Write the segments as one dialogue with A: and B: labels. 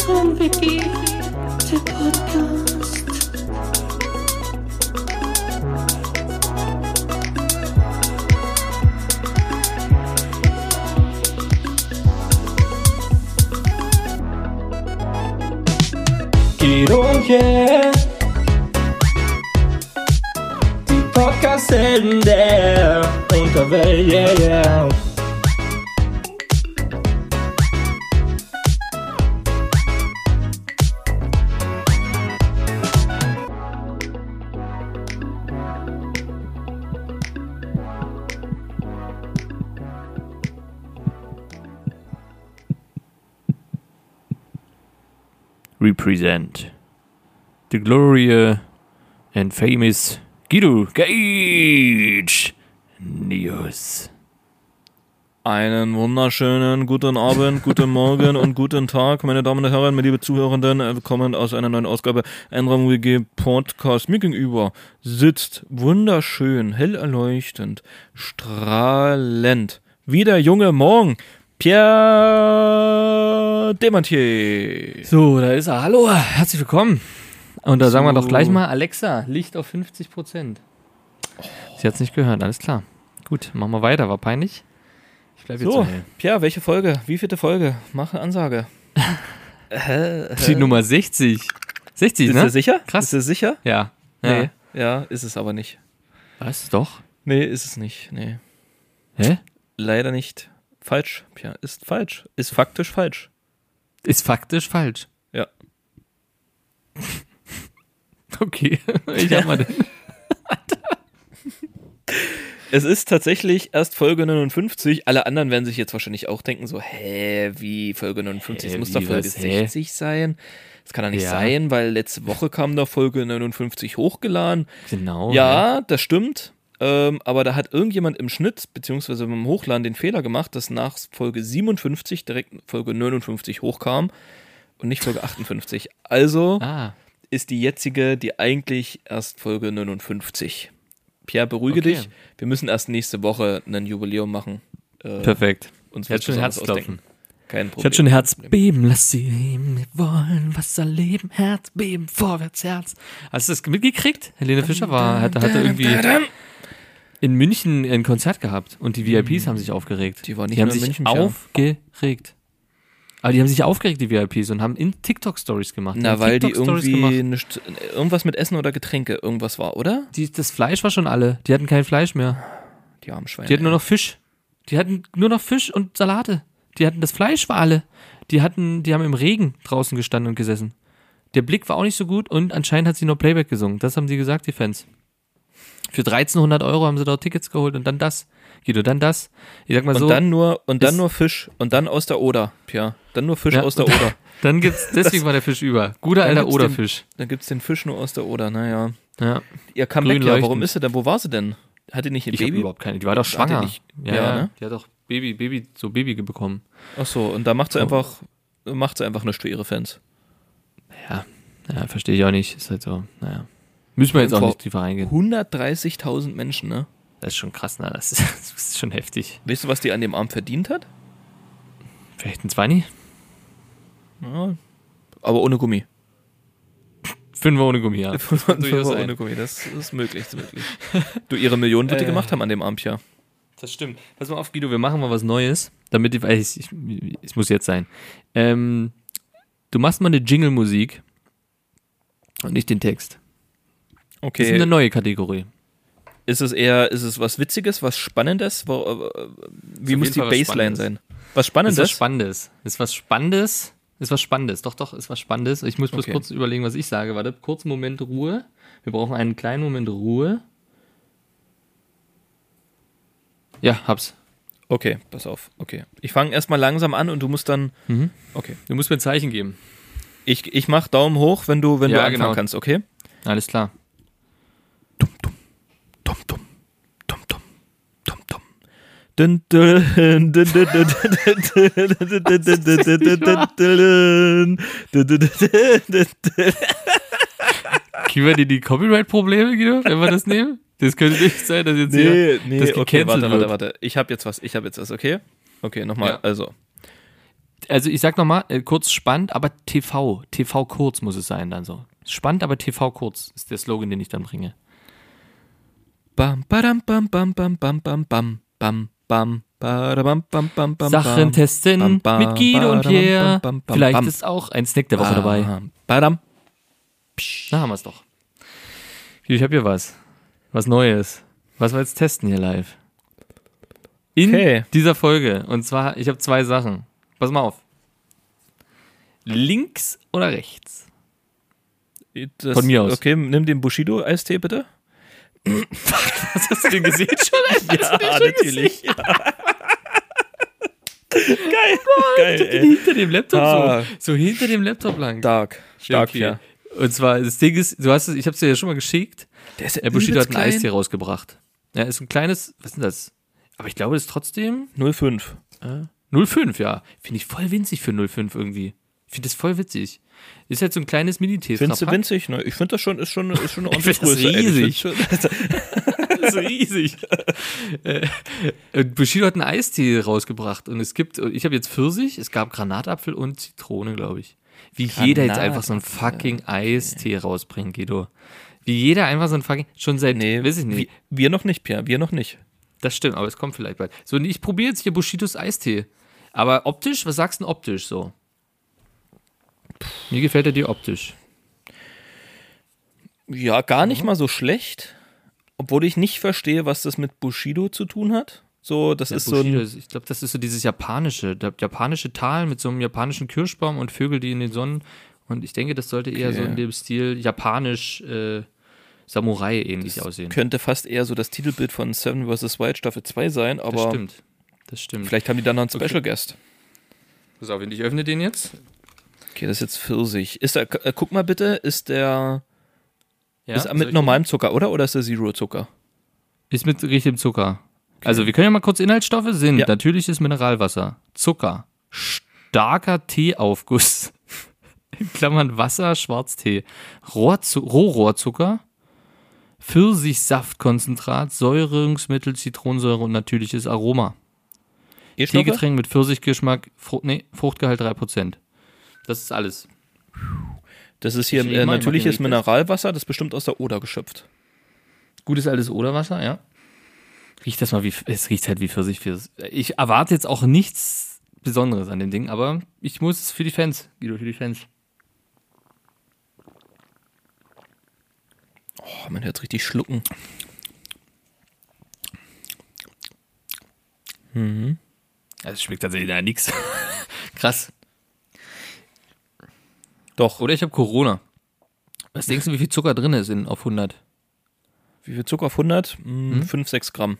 A: Zombie, der Podcast.
B: Geht und yeah. Die Podcast-Helden der Unterwelt, yeah, yeah.
C: represent the glory uh, and famous Guido Cage News.
D: Einen wunderschönen guten Abend, guten Morgen und guten Tag, meine Damen und Herren, meine liebe Zuhörenden. Willkommen aus einer neuen Ausgabe Enram WG Podcast. Mir gegenüber sitzt wunderschön, hell erleuchtend, strahlend, wie der junge Morgen, Pierre Demantier.
C: So, da ist er. Hallo, herzlich willkommen. Und da sagen wir
D: So.
C: doch gleich mal, Alexa, Licht auf 50 Prozent. Sie hat es nicht gehört, alles klar. Gut, machen wir weiter, war peinlich. Ich bleibe jetzt
D: So,
C: so hell.
D: Pierre, welche Folge? Wie vierte Folge? Mache Ansage. Hä?
C: Die Nummer 60. 60,
D: Ist
C: ne?
D: er sicher?
C: Krass.
D: Ist er sicher?
C: Ja. ja.
D: Nee. Ja, ist es aber nicht.
C: Was? Doch?
D: Nee, ist es nicht. Nee.
C: Hä?
D: Leider nicht. Falsch, Pia. Ist falsch. Ist faktisch falsch.
C: Ist faktisch falsch.
D: Ja.
C: Okay, ich hab mal den.
D: Es ist tatsächlich erst Folge 59. Alle anderen werden sich jetzt wahrscheinlich auch denken so, hä, wie Folge 59?
C: Hä,
D: es muss
C: wie,
D: doch Folge
C: was, hä?
D: 60 sein. Das kann doch nicht
C: Ja.
D: sein, weil letzte Woche kam da Folge 59 hochgeladen.
C: Genau.
D: Ja, das stimmt. Ähm, aber da hat irgendjemand im Schnitt, beziehungsweise beim Hochladen, den Fehler gemacht, dass nach Folge 57 direkt Folge 59 hochkam und nicht Folge 58. Also
C: Ah,
D: ist die jetzige, die eigentlich erst Folge 59. Pierre, beruhige
C: Okay.
D: dich. Wir müssen erst nächste Woche ein Jubiläum machen. Äh,
C: perfekt.
D: Uns
C: Ich hatte
D: wird
C: schon
D: schon
C: Herzklopfen.
D: ausdenken. Kein Problem.
C: Ich hatte schon Herzbeben, lass sie leben. Wir wollen was erleben. Herzbeben, vorwärts, Herz. Hast du das mitgekriegt? Helene Fischer war, hatte, hatte irgendwie in München ein Konzert gehabt und die VIPs haben sich aufgeregt.
D: Mhm. Die waren nicht
C: die haben
D: nur in
C: sich
D: München, Pierre.
C: aufgeregt. Aber die haben sich aufgeregt, die VIPs, und haben in TikTok-Stories gemacht.
D: Na,
C: Haben
D: weil die
C: TikTok-Stories
D: irgendwie
C: gemacht.
D: nicht, irgendwas mit Essen oder Getränke, irgendwas war, oder?
C: Die, das Fleisch war schon alle. Die hatten kein Fleisch mehr.
D: Die armen Schweine.
C: Die hatten nur noch Fisch. Die hatten nur noch Fisch und Salate. Die hatten das Fleisch war alle. Die hatten, die haben im Regen draußen gestanden und gesessen. Der Blick war auch nicht so gut und anscheinend hat sie nur Playback gesungen. Das haben sie gesagt, die Fans. Für 1300 Euro haben sie dort Tickets geholt und dann das. Guido, dann das. Ich sag mal
D: Und
C: so.
D: dann nur und dann
C: ist-
D: nur Fisch und dann aus der Oder, Pia. Dann nur Fisch
C: Ja,
D: aus der
C: und-
D: Oder.
C: Dann gibt's, deswegen war der Fisch über. Guter
D: Dann
C: alter
D: gibt's
C: Oderfisch.
D: Dann gibt's den Fisch nur aus der Oder, naja.
C: Ja.
D: Ihr Comeback,
C: Grün
D: ja, warum
C: leuchtend.
D: ist sie denn? Wo war sie denn? Hat die nicht ihr
C: Ich habe
D: Baby?
C: überhaupt keine. Die war doch
D: Hat die
C: schwanger.
D: nicht- ja, ne?
C: Die hat doch Baby, Baby, so Baby bekommen.
D: Ach so, und da macht sie
C: So.
D: einfach macht sie einfach nichts für ihre Fans.
C: Ja. Ja, verstehe ich auch nicht. Ist halt so, naja. Müssen wir jetzt auch
D: Vor-
C: nicht tiefer reingehen.
D: 130.000 Menschen, ne?
C: Das ist schon krass, ne? Das ist, das ist schon heftig.
D: Weißt du, was die an dem Abend verdient hat?
C: Vielleicht ein 20?
D: Ja. Aber ohne Gummi.
C: Fünf ohne Gummi, ja. Das kann durchaus
D: Aber
C: sein.
D: ohne Gummi, das ist möglich, ist möglich. du, ihre Millionen wird die
C: Äh.
D: gemacht haben an dem Abend, ja.
C: Das stimmt. Pass mal auf, Guido, wir machen mal was Neues, damit die, weil ich, ich, es muss jetzt sein. Ähm, du machst mal eine Jingle-Musik und nicht den Text. Das ist eine
D: Okay.
C: neue Kategorie.
D: Ist es eher, ist es was Witziges, was Spannendes? Wo- äh, Wie
C: auf
D: muss
C: jeden
D: die
C: Fall was
D: Baseline
C: Spannendes.
D: sein? Was
C: Das ist
D: Spannendes?
C: was Spannendes. Das ist was Spannendes. Ist was Spannendes. Doch, doch, ist was Spannendes. Ich muss bloß
D: Okay.
C: kurz überlegen, was ich sage. Warte, kurzen Moment Ruhe. Wir brauchen einen kleinen Moment Ruhe. Ja, hab's.
D: Okay, pass auf. Okay. Ich fange erstmal langsam an und du musst dann.
C: Mhm.
D: Okay.
C: Du musst mir ein Zeichen geben.
D: Ich, ich mach Daumen hoch, wenn du, wenn
C: Ja,
D: du anfangen
C: genau.
D: kannst, okay?
C: Alles klar.
D: Dum, dum, dum, dum, dum, dum, dum, dum. Dun, dun, dun, dun, dun, dun, dun, dun, dun, dun, dun, dun, dun, dun, dun, dun, dun, dun, dun, dun.
C: Kriegen wir dir die Copyright-Probleme, Guido, wenn wir das nehmen? Das könnte nicht sein, dass jetzt
D: Nee,
C: hier
D: nee,
C: das
D: okay,
C: gecancelt
D: warte,
C: wird.
D: warte, warte. Ich hab jetzt was, ich hab jetzt was, okay? Okay, nochmal,
C: Ja.
D: also.
C: also ich sag nochmal, äh, kurz spannend, aber TV. TV kurz muss es sein dann so. Spannend, aber TV kurz ist der Slogan, den ich dann bringe.
D: Bam, badam, bam, bam, bam, bam, bam, bam, bam, bam, badabam, bam, bam, bam,
C: Sachen
D: bam.
C: testen
D: bam, bam,
C: mit Guido und
D: badabam,
C: Pierre.
D: bam, bam, bam,
C: Vielleicht
D: bam.
C: ist auch ein Snack der Woche dabei.
D: Bam, badam.
C: Da haben wir es doch. Guido, Ich habe hier was. Was Neues. Was wir jetzt testen hier live. In
D: Okay.
C: dieser Folge. Und zwar, ich habe zwei Sachen. Pass mal auf. Links oder rechts?
D: Das-
C: Von mir aus.
D: Okay, nimm den Bushido-Eistee bitte.
C: Hast du den gesehen schon?
D: Ja, natürlich. Ja. Geil. Geil, ey.
C: hinter dem Laptop
D: Ah.
C: so. So hinter dem Laptop lang.
D: Stark. Stark,
C: Okay.
D: ja.
C: Und zwar, das Ding ist, du hast es, ich hab's dir ja schon mal geschickt.
D: Der ist
C: Der Bushido hat halt ein
D: übelst
C: Eis hier rausgebracht. Ja, ist ein kleines, was ist denn das? Aber ich glaube, das ist trotzdem
D: klein. 05.
C: äh, 05, ja. Finde ich voll winzig für 05 irgendwie. Ich finde das voll witzig. Ist halt so ein kleines
D: Findest du
C: Mini-Tetra-Pack.
D: winzig? Ne? Ich finde das schon, ist schon, ist schon eine
C: Ich
D: ordentliche
C: find das
D: Größe. ey. Ich
C: riesig.
D: find's schon-
C: Das ist riesig. Äh, und Bushido hat einen Eistee rausgebracht und es gibt, ich habe jetzt Pfirsich, es gab Granatapfel und Zitrone, glaube ich. Wie jeder jetzt einfach so einen fucking Eistee rausbringt, Guido. Wie jeder einfach so einen fucking, schon seit,
D: nee,
C: weiß ich nicht.
D: Wir, wir noch nicht, Pierre, wir noch nicht.
C: Das stimmt, aber es kommt vielleicht bald. So, und ich probiere jetzt hier Bushidos Eistee. Aber optisch, was sagst du denn optisch so? Mir gefällt er dir optisch.
D: Ja, gar nicht
C: Mhm.
D: mal so schlecht. Obwohl ich nicht verstehe, was das mit Bushido zu tun hat. So, das ist so ein.
C: Bushido, ich glaube, das ist so dieses japanische, der japanische Tal mit so einem japanischen Kirschbaum und Vögel, die in den Sonnen. Und ich denke, das sollte eher so
D: Okay.
C: in dem Stil japanisch äh, Samurai ähnlich aussehen.
D: Könnte fast eher so das Titelbild von Seven vs. Wild Staffel 2 sein,
C: Das
D: aber
C: stimmt. Das stimmt.
D: vielleicht haben die dann noch einen Special Guest.
C: Pass auf, ich öffne den jetzt.
D: Okay, das ist jetzt Pfirsich. Ist der, äh, guck mal bitte, ist der.
C: Ja,
D: ist er
C: soll
D: mit
C: ich-
D: normalem Zucker, oder? Oder ist der Zero-Zucker?
C: Ist mit richtigem Zucker. Also, wir können ja mal kurz Inhaltsstoffe sind.
D: Ja.
C: Natürliches Mineralwasser, Zucker, starker Teeaufguss, in Klammern Wasser, Schwarztee, Rohrzu Rohrohrzucker, Pfirsichsaftkonzentrat, Säurungsmittel, Zitronensäure und natürliches Aroma.
D: Teegetränk.
C: Teegetränk mit Pfirsichgeschmack, Frucht, nee, Fruchtgehalt 3%. Das ist alles.
D: Das ist hier
C: Ich
D: äh,
C: nehme mal, ich mach
D: natürliches
C: den Weg
D: Mineralwasser, das ist bestimmt aus der Oder geschöpft.
C: Gutes altes Oderwasser, ja. Riecht das mal wie, es riecht halt wie Pfirsich. Pfirsich. Ich erwarte jetzt auch nichts Besonderes an dem Ding, aber ich muss es für die Fans, Guido, für die Fans.
D: Oh, man hört richtig schlucken.
C: Also es schmeckt tatsächlich nach nichts. Krass.
D: Doch.
C: Oder ich habe Corona. Was denkst du, wie viel Zucker drin ist in, auf 100?
D: Wie viel Zucker auf 100? Hm, 5, 6 Gramm.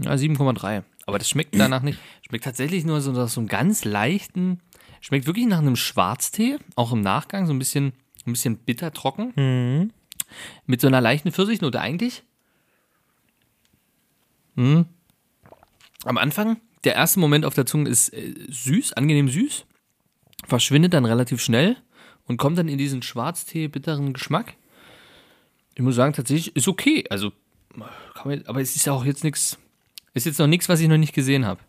C: Ja, 7,3. Aber das schmeckt danach nicht. Schmeckt tatsächlich nur so nach so einem ganz leichten, schmeckt wirklich nach einem Schwarztee, auch im Nachgang so ein bisschen, ein bisschen bitter trocken. Mit so einer leichten Pfirsichnote eigentlich. Mhm. Am Anfang, der erste Moment auf der Zunge ist äh, süß, angenehm süß, verschwindet dann relativ schnell und kommt dann in diesen Schwarztee bitteren Geschmack. Ich muss sagen, tatsächlich ist okay. Also, kann man, aber es ist auch jetzt nichts, ist jetzt noch nichts, was ich noch nicht gesehen habe.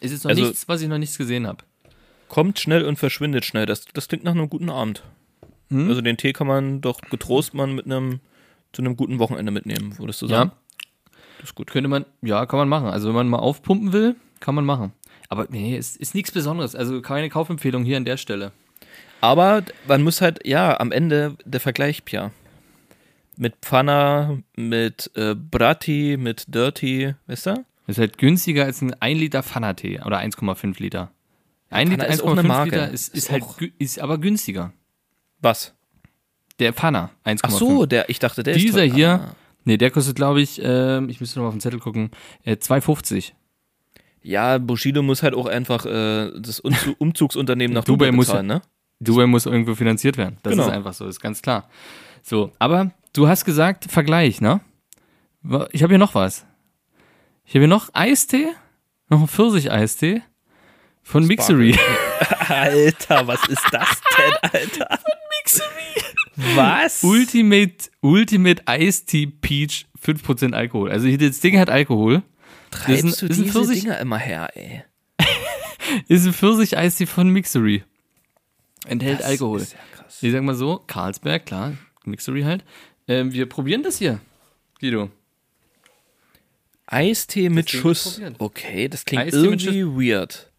C: Ist jetzt noch
D: Also-
C: nichts, was ich noch nicht gesehen habe.
D: Kommt schnell und verschwindet schnell. Das, das klingt nach einem guten Abend.
C: Hm?
D: Also den Tee kann man doch getrost mal mit einem zu einem guten Wochenende mitnehmen, würdest du sagen?
C: Ja. Das ist gut. Könnte man, ja, kann man machen. Also wenn man mal aufpumpen will, kann man machen. Aber nee, es ist nichts Besonderes. Also keine Kaufempfehlung hier an der Stelle.
D: Aber man muss halt, ja, am Ende der Vergleich, Pia. Mit Pfanner, mit äh, Brati, mit Dirty, weißt du?
C: Ist halt günstiger als ein 1 Liter Pfannertee oder 1,5 Liter. 1 Liter,
D: Pfanner ist auch eine
C: 1,5
D: Marke.
C: Liter ist, ist,
D: Ist
C: halt,
D: auch-
C: gü- ist aber günstiger.
D: Was?
C: Der Pfanner, 1,5.
D: Ach so, der, ich dachte, der
C: Dieser
D: ist teuer.
C: hier,
D: Ah.
C: nee, der kostet glaube ich, ähm, ich müsste noch mal auf den Zettel gucken, äh, 2,50.
D: Ja, Bushido muss halt auch einfach äh, das Umzu- Umzugsunternehmen nach
C: Dubai
D: Dubai,
C: muss-
D: bezahlen, ne?
C: Dubai muss irgendwo finanziert werden. Das
D: Genau.
C: ist einfach so, ist ganz klar. So, aber du hast gesagt, Vergleich, ne? Wa- Ich habe hier noch was. Ich habe hier noch Eistee, noch einen Pfirsich-Eistee von Mixery.
D: Alter, was ist das denn, Alter? Mixery. Was?
C: Ultimate, Ultimate Eistee Peach, 5% Alkohol. Also hier, das Ding hat Alkohol. das ist
D: treibst
C: ein-
D: du
C: das ist ein
D: diese
C: Pfirsich-
D: Dinger immer her, ey?
C: ist ein Pfirsicheistee von Mixery. Enthält
D: Das
C: Alkohol.
D: ist ja krass.
C: Ich sag mal so, Carlsberg, klar, Mixery halt. Ähm, wir probieren das hier, Guido.
D: Eistee mit
C: Deswegen
D: Schuss.
C: probieren.
D: Okay, das klingt
C: Eistee mit
D: irgendwie weird.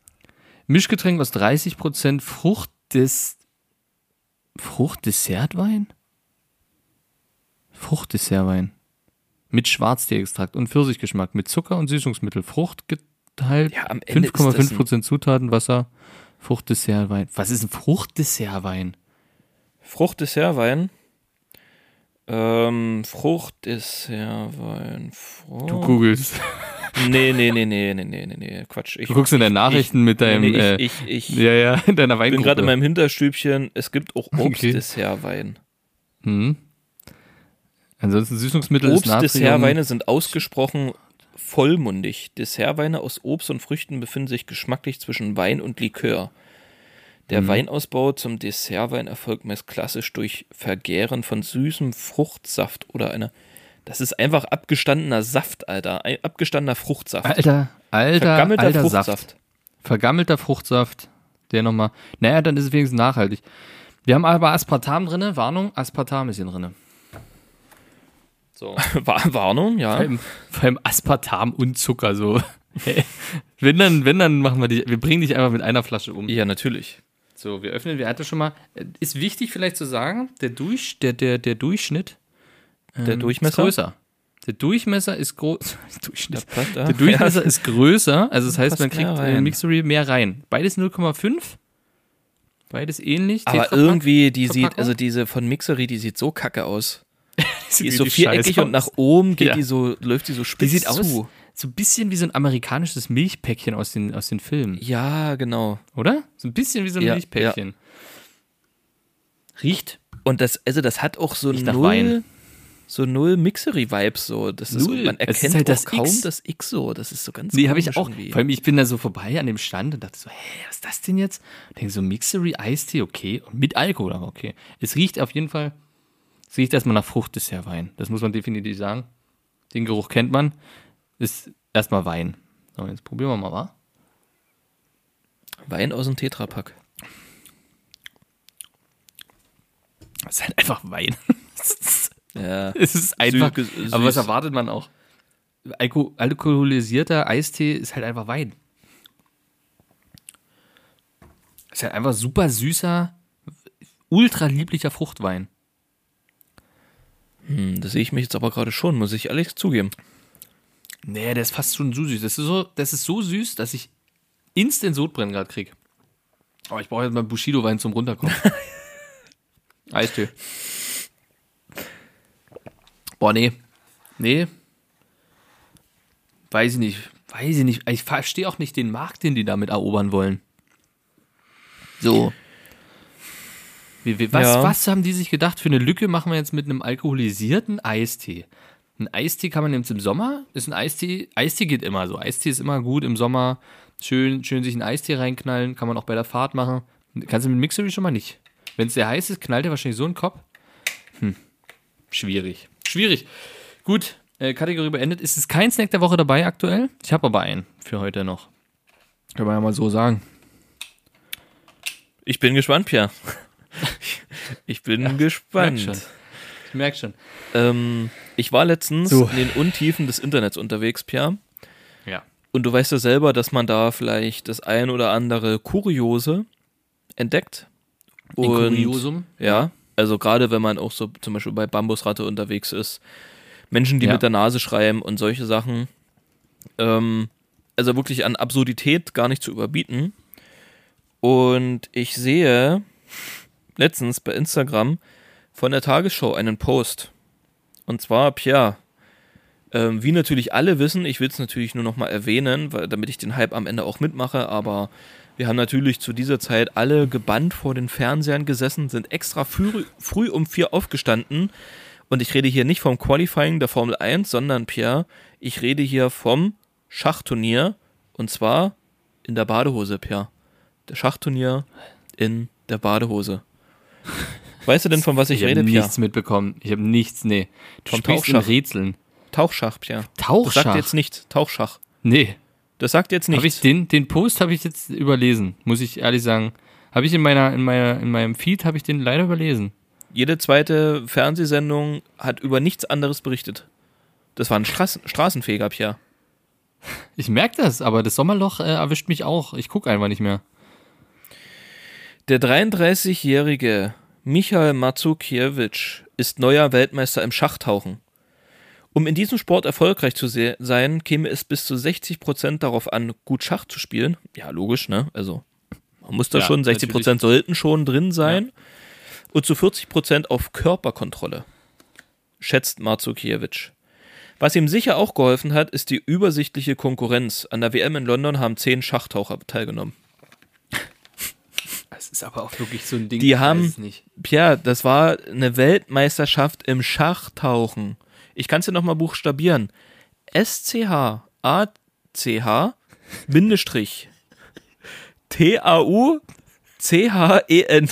C: Mischgetränk aus 30% Frucht des Fruchtdessertwein? Fruchtdessertwein. Mit Schwarzteeextrakt und Pfirsichgeschmack, mit Zucker und Süßungsmittel, Frucht geteilt,
D: Ja, am Ende ist das ein-
C: 5,5% Zutaten, Wasser, Fruchtdessertwein. Was ist ein Fruchtdessertwein?
D: Fruchtdessertwein. Ähm, Fruchtdessertwein. Frucht.
C: Du googelst.
D: Nee, nee, nee, nee, nee, nee, nee, nee, Quatsch. Ich,
C: Du guckst in deinen Nachrichten mit deinem,
D: nee,
C: äh,
D: ich, ich, ich
C: ja, ja, in deiner
D: bin gerade in
C: Weingruppe.
D: meinem Hinterstübchen. Es gibt auch Obstdessertwein.
C: Hm. Ansonsten Süßungsmittel ist Natrium.
D: Obstdessertweine sind ausgesprochen vollmundig. Dessertweine aus Obst und Früchten befinden sich geschmacklich zwischen Wein und Likör. Der
C: Mhm.
D: Weinausbau zum Dessertwein erfolgt meist klassisch durch Vergären von süßem Fruchtsaft oder einer. Das ist einfach abgestandener Saft, Alter. Ein abgestandener Fruchtsaft.
C: Alter, alter,
D: Vergammelter
C: alter
D: Fruchtsaft.
C: Saft. Vergammelter Fruchtsaft, der nochmal. Naja, dann ist es wenigstens nachhaltig. Wir haben aber Aspartam drinne, Warnung, Aspartam ist hier drinne. So.
D: War Warnung, ja.
C: Vor allem, vor allem Aspartam und Zucker so. wenn dann, wenn dann machen wir dich, wir bringen dich einfach mit einer Flasche um.
D: Ja, natürlich.
C: So, wir öffnen, wir hatten schon mal. Ist wichtig vielleicht zu sagen, der Durch, der, der, der Durchschnitt ähm,
D: Der
C: ist
D: Durchmesser.
C: größer. Der Durchmesser ist groß. Durchschnitt.
D: Der, Platt, ja.
C: Der Durchmesser ist größer, also das heißt,
D: passt
C: man kriegt
D: mehr
C: äh,
D: rein.
C: Mixery mehr rein. Beides 0,5, beides ähnlich.
D: Aber
C: Tetrapack.
D: irgendwie, die sieht,
C: Verpackung?
D: also diese von Mixery, die sieht so kacke aus. Die ist so
C: Wie
D: viereckig
C: Scheiße
D: und nach oben geht
C: Ja.
D: die so, läuft die so spitz
C: Die sieht aus
D: zu.
C: so ein bisschen wie so ein amerikanisches Milchpäckchen aus den, aus den Filmen,
D: Ja, genau.
C: oder? So ein bisschen wie so ein
D: Ja,
C: Milchpäckchen. Riecht
D: Und das, also das hat auch so
C: Riecht nach
D: null,
C: Wein.
D: so null Mixery-Vibes so. Das ist,
C: Null.
D: man
C: Es ist
D: erkennt
C: halt
D: auch
C: das
D: kaum
C: X.
D: das X so. Das ist so ganz.
C: Nee, habe ich
D: komisch
C: auch.
D: irgendwie.
C: Vor allem, ich bin da so vorbei an dem Stand und dachte so, hä, was ist das denn jetzt? Und denke so, Mixery, Eistee, okay. Und mit Alkohol, aber okay. Es riecht auf jeden Fall, es riecht erstmal nach Fruchtdessertwein. Das muss man definitiv sagen. Den Geruch kennt man. Ist erstmal Wein. So, jetzt probieren wir mal, wa?
D: Wein aus dem Tetrapack.
C: Es ist halt einfach Wein.
D: Ja.
C: es ist einfach.
D: Süß- süß.
C: Aber was erwartet man auch? Alko alkoholisierter Eistee ist halt einfach Wein. Ist halt einfach super süßer, ultra lieblicher Fruchtwein.
D: Hm, das sehe ich mich jetzt aber gerade schon, muss ich ehrlich zugeben.
C: Nee, der ist fast schon so süß. Das ist so, das ist so süß, dass ich instant Sodbrennen gerade krieg. Aber ich brauche jetzt mal Bushido-Wein zum Runterkommen. Eistee. Boah, nee. Nee. Weiß ich nicht. Weiß ich nicht. Ich verstehe auch nicht den Markt, den die damit erobern wollen. So. Wie, wie, was,
D: Ja.
C: was haben die sich gedacht? Für eine Lücke machen wir jetzt mit einem alkoholisierten Eistee. Ein Eistee kann man jetzt im Sommer, ist ein Eistee, Eistee geht immer so. Eistee ist immer gut im Sommer. Schön, schön sich einen Eistee reinknallen, kann man auch bei der Fahrt machen. Kannst du mit Mixery schon mal nicht. Wenn es sehr heiß ist, knallt er wahrscheinlich so einen Kopf. Hm. Schwierig. Schwierig. Gut, äh, Kategorie beendet. Ist es kein Snack der Woche dabei aktuell? Ich habe aber einen für heute noch. Kann man ja mal so sagen.
D: Ich bin gespannt, Pierre. Ich bin gespannt.
C: merk schon. Ich merke schon.
D: Ähm, ich war letztens
C: So.
D: in den Untiefen des Internets unterwegs, Pierre.
C: Ja.
D: Und du weißt ja selber, dass man da vielleicht das ein oder andere Kuriose entdeckt.
C: In
D: Und-
C: Kuriosum.
D: Ja, also gerade wenn man auch so zum Beispiel bei Bambusratte unterwegs ist, Menschen, die
C: Ja.
D: mit der Nase schreiben und solche Sachen. Ähm, also wirklich an Absurdität gar nicht zu überbieten. Und ich sehe letztens bei Instagram von der Tagesschau einen Post. Und zwar, Pierre, ähm, wie natürlich alle wissen, ich will es natürlich nur nochmal erwähnen, weil, damit ich den Hype am Ende auch mitmache, aber wir haben natürlich zu dieser Zeit alle gebannt vor den Fernsehern gesessen, sind extra früh, früh um vier aufgestanden. Und ich rede hier nicht vom Qualifying der Formel 1, sondern Pierre, ich rede hier vom Schachturnier und zwar in der Badehose, Pierre. Der Schachturnier in der Badehose. Weißt du denn, von was ich,
C: Ich habe
D: rede, Pierre?
C: nichts mitbekommen. Ich habe nichts, nee. Du
D: Vom
C: sprichst in
D: Tauchschach.
C: Rätseln.
D: Tauchschach, Pierre. Das
C: Tauchschach?
D: Sagt jetzt nichts. Tauchschach.
C: Nee.
D: Das sagt jetzt
C: Hab ich
D: nichts.
C: den, den Post habe ich jetzt überlesen, muss ich ehrlich sagen. Habe ich in meiner, in meiner, in meinem Feed habe ich den leider überlesen.
D: Jede zweite Fernsehsendung hat über nichts anderes berichtet. Das war ein Straßen Straßenfeger, Pierre.
C: Ich merke das, aber das Sommerloch äh, erwischt mich auch. Ich gucke einfach nicht mehr.
D: Der 33-jährige Michael Matsukiewicz ist neuer Weltmeister im Schachtauchen. Um in diesem Sport erfolgreich zu se- sein, käme es bis zu 60 Prozent darauf an, gut Schach zu spielen. Ja, logisch, ne? Also, man muss da
C: Ja,
D: schon, 60 Prozent sollten schon drin sein. Und zu 40 Prozent auf Körperkontrolle, schätzt Matsukiewicz. Was ihm sicher auch geholfen hat, ist die übersichtliche Konkurrenz. An der WM in London haben zehn Schachtaucher teilgenommen.
C: Das ist aber auch wirklich so ein Ding.
D: Die
C: ich
D: haben-
C: weiß es nicht.
D: Pia, das war eine Weltmeisterschaft im Schachtauchen. Ich kann es dir nochmal buchstabieren. SCH ACH Bindestrich TAU CHEN E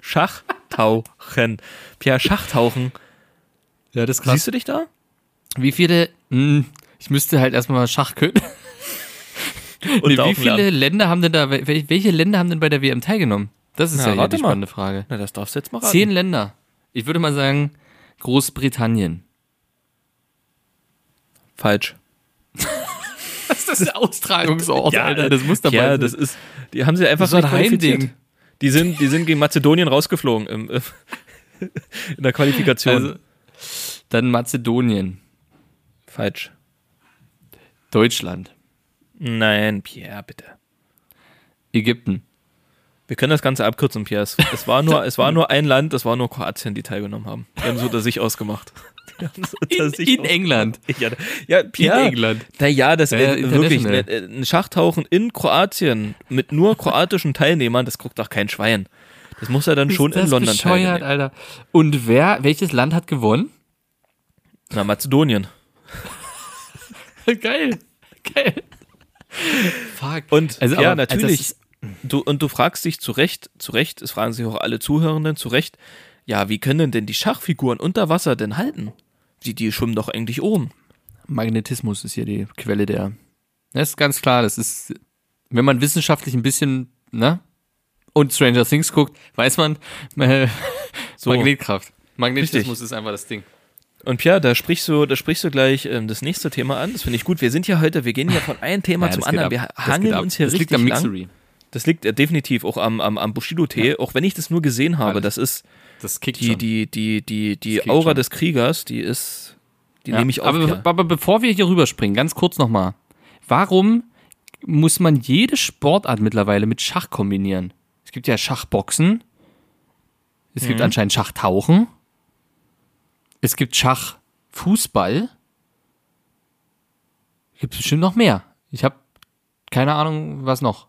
D: Schachtauchen. Pia, Schachtauchen.
C: Ja, das ist krass.
D: Siehst du dich da?
C: Wie viele, hm, ich müsste halt erstmal Schach können.
D: Und
C: Nee, wie
D: tauchen
C: viele
D: lernen.
C: Länder haben denn da, wel- welche Länder haben denn bei der WM teilgenommen? Das ist
D: Na,
C: ja hier
D: rate
C: die
D: mal.
C: spannende Frage.
D: Na, das darfst du jetzt mal raten.
C: Zehn Länder. Ich würde mal sagen, Großbritannien.
D: Falsch.
C: Das ist der Austragungsort, Alter. Das muss dabei
D: ja,
C: sein.
D: das ist. Die haben sie einfach
C: Das war
D: nicht
C: ein Heimding.
D: qualifiziert. Die sind, die sind gegen Mazedonien rausgeflogen im, im, in der Qualifikation.
C: also, dann Mazedonien,
D: Falsch.
C: Deutschland,
D: Nein, Pierre, bitte.
C: Ägypten.
D: Wir können das Ganze abkürzen, Pierre. Es, es, war, nur, es war nur ein Land, das war nur Kroatien, die teilgenommen haben. Die haben es unter sich ausgemacht. Die haben es unter
C: In,
D: sich
C: in E-
D: aus-
C: England.
D: Ja, ja, Pierre.
C: In England.
D: Na ja, das
C: Ja,
D: äh,
C: ja,
D: wirklich
C: international.
D: ne, äh, ein Schachtauchen in Kroatien mit nur kroatischen Teilnehmern, das guckt doch kein Schwein. Das muss er dann schon
C: Ist das
D: in London
C: bescheuert,
D: teilnehmen.
C: Alter. Und wer, welches Land hat gewonnen?
D: Na, Mazedonien.
C: Geil. Geil. Fuck.
D: Und ja,
C: aber- also das
D: natürlich.
C: ist-
D: Du, und du fragst dich zu Recht, zu Recht, es fragen sich auch alle Zuhörenden zu Recht, ja, wie können denn die Schachfiguren unter Wasser denn halten? Die, die schwimmen doch eigentlich oben.
C: Magnetismus ist hier die Quelle der. Das ist ganz klar, das ist, wenn man wissenschaftlich ein bisschen, ne? Und Stranger Things guckt, weiß man, äh, Magnetkraft. Magnetismus
D: Richtig.
C: ist einfach das Ding.
D: Und Pierre, da sprichst du, da sprichst du gleich ähm, das nächste Thema an. Das finde ich gut. Wir sind ja heute, wir gehen ja von einem Thema
C: Ja,
D: zum
C: das geht
D: anderen.
C: ab.
D: Wir
C: Das geht
D: hangeln
C: ab.
D: uns hier
C: das
D: richtig
C: liegt am
D: lang.
C: Mixery.
D: Das liegt äh, definitiv auch am, am, am Bushido-Tee. Auch wenn ich das nur gesehen habe, das ist
C: Das kickt
D: die
C: schon.
D: die die die die
C: klingt
D: Aura
C: schon.
D: des Kriegers. Die ist, die
C: Ja.
D: nehme ich auf.
C: aber,
D: Pierre.
C: aber bevor wir hier rüberspringen, ganz kurz nochmal. Warum muss man jede Sportart mittlerweile mit Schach kombinieren? Es gibt ja Schachboxen. Es
D: Mhm.
C: gibt anscheinend Schachtauchen. Es gibt Schachfußball. Gibt es bestimmt noch mehr. Ich habe keine Ahnung, was noch.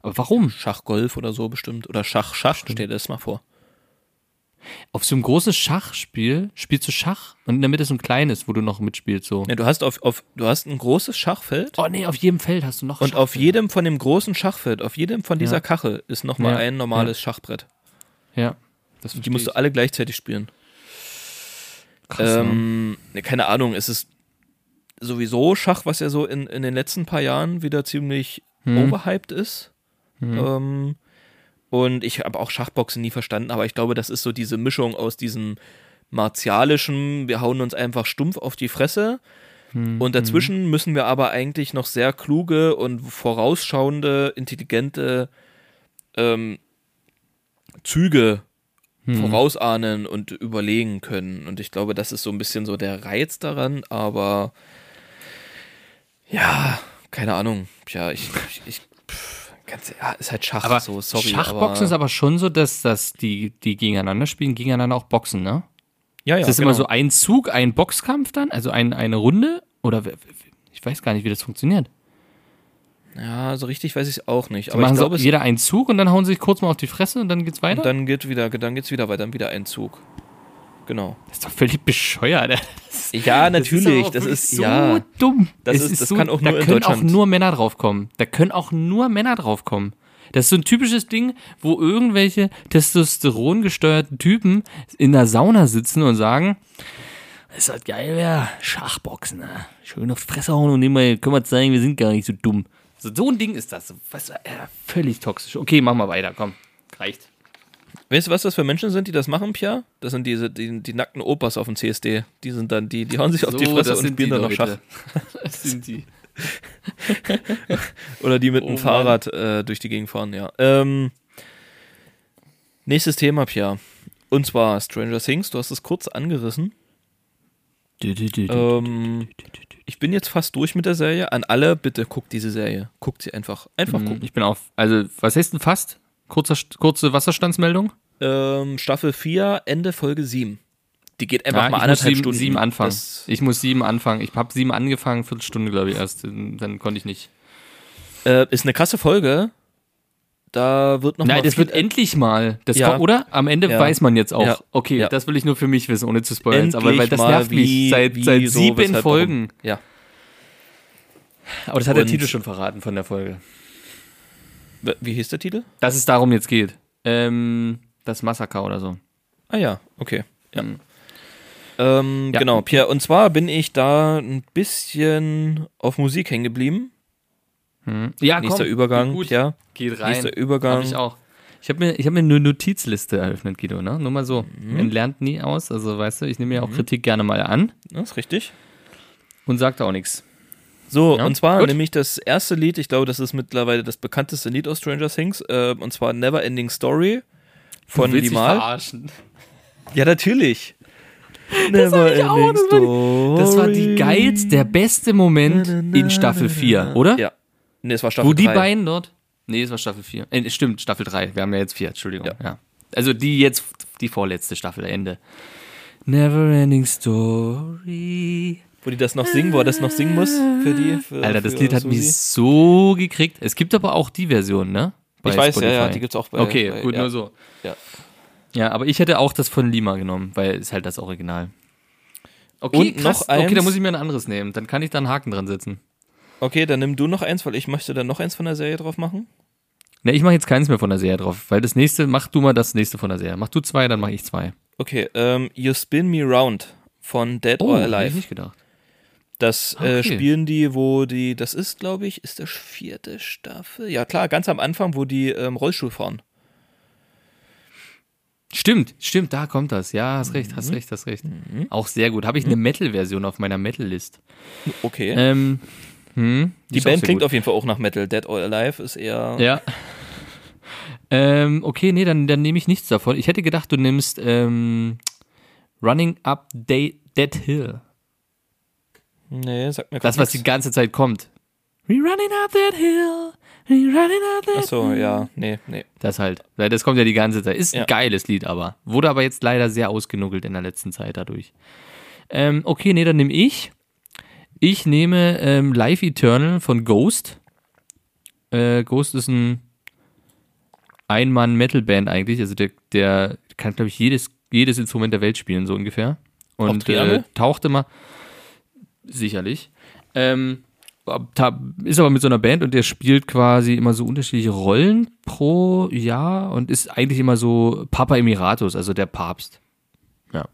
C: Aber warum?
D: Schachgolf oder so bestimmt oder Schach Schach steht das mal vor.
C: Auf so einem großen Schachspiel spielst du Schach und in der Mitte ist so ein kleines, wo du noch mitspielst. So.
D: Ja, du hast auf, auf du hast ein großes Schachfeld
C: Oh nee, auf jedem Feld hast du noch
D: und auf
C: Schachfelder.
D: jedem von dem großen Schachfeld, auf jedem von dieser
C: Ja.
D: Kachel ist noch mal
C: Ja.
D: ein normales Schachbrett.
C: Ja. Das
D: Die musst du alle gleichzeitig spielen. ähm, ne, keine Ahnung, es ist sowieso Schach, was ja so in, in den letzten paar Jahren wieder ziemlich overhyped ist. Ähm, und ich habe auch Schachboxen nie verstanden, aber ich glaube, das ist so diese Mischung aus diesem martialischen, wir hauen uns einfach stumpf auf die Fresse. Und dazwischen müssen wir aber eigentlich noch sehr kluge und vorausschauende, intelligente ähm, Züge
C: Hm.
D: vorausahnen und überlegen können. Und ich glaube, das ist so ein bisschen so der Reiz daran, aber ja, keine Ahnung. Ja, ich, ich, ich pff, ganz, ja, ist halt Schach,
C: aber
D: so, sorry.
C: Schachboxen
D: aber,
C: ist aber schon so, dass, dass die, die gegeneinander spielen, gegeneinander auch boxen, ne?
D: ja, ja,
C: ist das
D: genau.
C: immer so ein Zug, ein Boxkampf dann? Also ein, eine Runde? Oder w- w- ich weiß gar nicht, wie das funktioniert.
D: Ja, so richtig weiß ich es auch nicht.
C: Die
D: Aber ich
C: machen
D: glaube,
C: so
D: es,
C: jeder einen Zug und dann hauen sie sich kurz mal auf die Fresse und dann geht's weiter?
D: und dann geht wieder, dann geht's wieder weiter, dann wieder ein Zug. Genau.
C: das ist doch völlig bescheuert. ey.
D: Ja, natürlich,
C: aber
D: das
C: wirklich
D: ist,
C: so
D: ja.
C: dumm.
D: Das
C: Es
D: ist- das
C: so,
D: kann auch
C: da
D: nur in
C: können
D: Deutschland.
C: auch nur Männer draufkommen. Da können auch nur Männer draufkommen. Das ist so ein typisches Ding, wo irgendwelche testosterongesteuerten Typen in der Sauna sitzen und sagen, Ist halt geil, ja. Schachboxen, ne? Schön auf die Fresse hauen und nebenbei können wir zeigen, wir sind gar nicht so dumm. So, so ein Ding ist das. So, Was, äh, völlig toxisch. Okay, machen wir weiter, komm. Reicht.
D: Weißt du, was das für Menschen sind, die das machen, Pierre? Das sind diese, die, die nackten Opas auf dem CSD. Die sind dann, die, die hauen sich auf die
C: So,
D: Fresse
C: das
D: und
C: sind
D: spielen
C: die
D: dann noch Schach.
C: Leute. Das sind die.
D: Oder die mit dem
C: Oh Mann.
D: Fahrrad äh, durch die Gegend fahren, ja. Ähm, nächstes Thema, Pierre. Und zwar Stranger Things, du hast es kurz angerissen. Oh.
C: Du, du, du, du.
D: Ähm, ich bin jetzt fast durch mit der Serie. An alle, bitte guckt diese Serie. Guckt sie einfach. Einfach gucken.
C: Ich bin auf. Also, was heißt denn fast? Kurzer, kurze Wasserstandsmeldung?
D: Ähm, Staffel 4, Ende Folge 7. Die geht einfach
C: Ja,
D: mal
C: ich muss
D: anderthalb
C: sieben,
D: Stunden.
C: sieben anfangen.
D: Das,
C: ich muss sieben anfangen. Ich habe sieben angefangen, Viertelstunde, glaube ich, erst. Dann konnte ich nicht.
D: äh, ist eine krasse Folge. Da wird noch
C: Nein,
D: mal
C: das
D: viel-
C: wird endlich mal. Das
D: Ja.
C: kommt, oder? Am Ende
D: Ja.
C: weiß man jetzt auch.
D: Ja.
C: Okay,
D: Ja.
C: das will ich nur für mich wissen, ohne zu spoilern. aber
D: endlich
C: weil das
D: mal
C: nervt
D: wie-
C: mich seit,
D: wie,
C: seit
D: so,
C: sieben
D: weshalb,
C: Folgen.
D: Warum. Ja.
C: Aber das hat
D: Und-
C: der Titel schon verraten von der Folge.
D: W- Wie hieß der Titel?
C: Dass es darum jetzt geht. Ähm, das Massaker oder so.
D: Ah ja, okay. Ja.
C: Mhm.
D: Hm. Ähm,
C: Ja.
D: Genau, Pierre. Und zwar bin ich da ein bisschen auf Musik hängen geblieben.
C: Hm. Ja,
D: Nächster
C: komm,
D: Übergang,
C: Gut,
D: Pierre.
C: geht rein.
D: Nächster Übergang.
C: Hab ich auch. Ich habe mir, ich hab mir eine Notizliste eröffnet, Guido, ne? Nur mal so.
D: Mhm.
C: Man lernt nie aus. Also, weißt du, ich nehme ja auch Kritik gerne mal an
D: Ja, ist richtig.
C: und sage auch nichts.
D: So,
C: Ja,
D: und zwar
C: gut.
D: nämlich das erste Lied, ich glaube, das ist mittlerweile das bekannteste Lied aus Stranger Things, äh, und zwar Never Ending Story von Limal.
C: verarschen.
D: Ja, natürlich. Never Ending Story.
C: Das war die geilste, der beste Moment in Staffel 4, oder?
D: Ja. Nee, es war Staffel
C: Wo die
D: drei.
C: beiden dort. Nee, es war Staffel 4. Äh, stimmt, Staffel 3. Wir haben ja jetzt 4, Entschuldigung. Ja. Also die jetzt, die vorletzte Staffel, Ende. Never ending story.
D: Wo die das noch singen, wo er das noch singen muss für die. Für,
C: Alter, das
D: Äh, für
C: Lied hat
D: Susi.
C: mich so gekriegt. Es gibt aber auch die Version, ne? Bei
D: Ich weiß, ja, ja,
C: Spotify.
D: die gibt's auch bei-
C: Okay,
D: bei-
C: gut,
D: ja.
C: nur so.
D: Ja.
C: Ja, aber ich hätte auch das von Lima genommen, weil es ist halt das Original. Okay,
D: Und
C: krass.
D: noch eins.
C: Okay, dann muss ich mir ein anderes nehmen. Dann kann ich da einen Haken dran setzen.
D: Okay, dann nimm du noch eins, weil ich möchte dann noch eins von der Serie drauf machen.
C: Ne, ich mache jetzt keins mehr von der Serie drauf, weil das nächste, mach du mal das nächste von der Serie. Mach du zwei, dann mache ich zwei.
D: Okay, ähm, You Spin Me Round von Dead or
C: Oh, hab ich
D: Alive.
C: nicht gedacht.
D: Das äh,
C: Okay.
D: spielen die, wo die, das ist, glaube ich, ist das vierte Staffel? Ja klar, ganz am Anfang, wo die ähm, Rollstuhl fahren.
C: Stimmt, stimmt, da kommt das. Ja, hast recht, hast recht, hast recht. Auch sehr gut. Habe ich eine Metal-Version auf meiner Metal-List.
D: Okay.
C: Ähm, hm,
D: die
C: ist auch
D: Band
C: sehr
D: klingt
C: gut.
D: auf jeden Fall auch nach Metal. Dead or Alive ist eher.
C: Ja. ähm, okay, nee, dann, dann nehme ich nichts davon. Ich hätte gedacht, du nimmst ähm, Running Up Day, Dead Hill.
D: Nee, sagt mir
C: Das,
D: grad
C: was die
D: nix.
C: ganze Zeit kommt. We running up that hill, we running up that
D: Achso, ja, nee, nee.
C: Das halt. Weil Das kommt ja die ganze Zeit. Ist
D: Ja.
C: ein geiles Lied aber. Wurde aber jetzt leider sehr ausgenuggelt in der letzten Zeit dadurch. Ähm, okay, nee, dann nehme ich. Ich nehme ähm, Life Eternal von Ghost. Äh, Ghost ist ein Ein-Mann-Metal-Band eigentlich. Also der, der kann, glaube ich, jedes, jedes Instrument der Welt spielen, so ungefähr. Und
D: Triangel?
C: äh, taucht immer. Sicherlich. Ähm, ta- ist aber mit so einer Band und der spielt quasi immer so unterschiedliche Rollen pro Jahr und ist eigentlich immer so Papa Emiratus, also der Papst. Ja.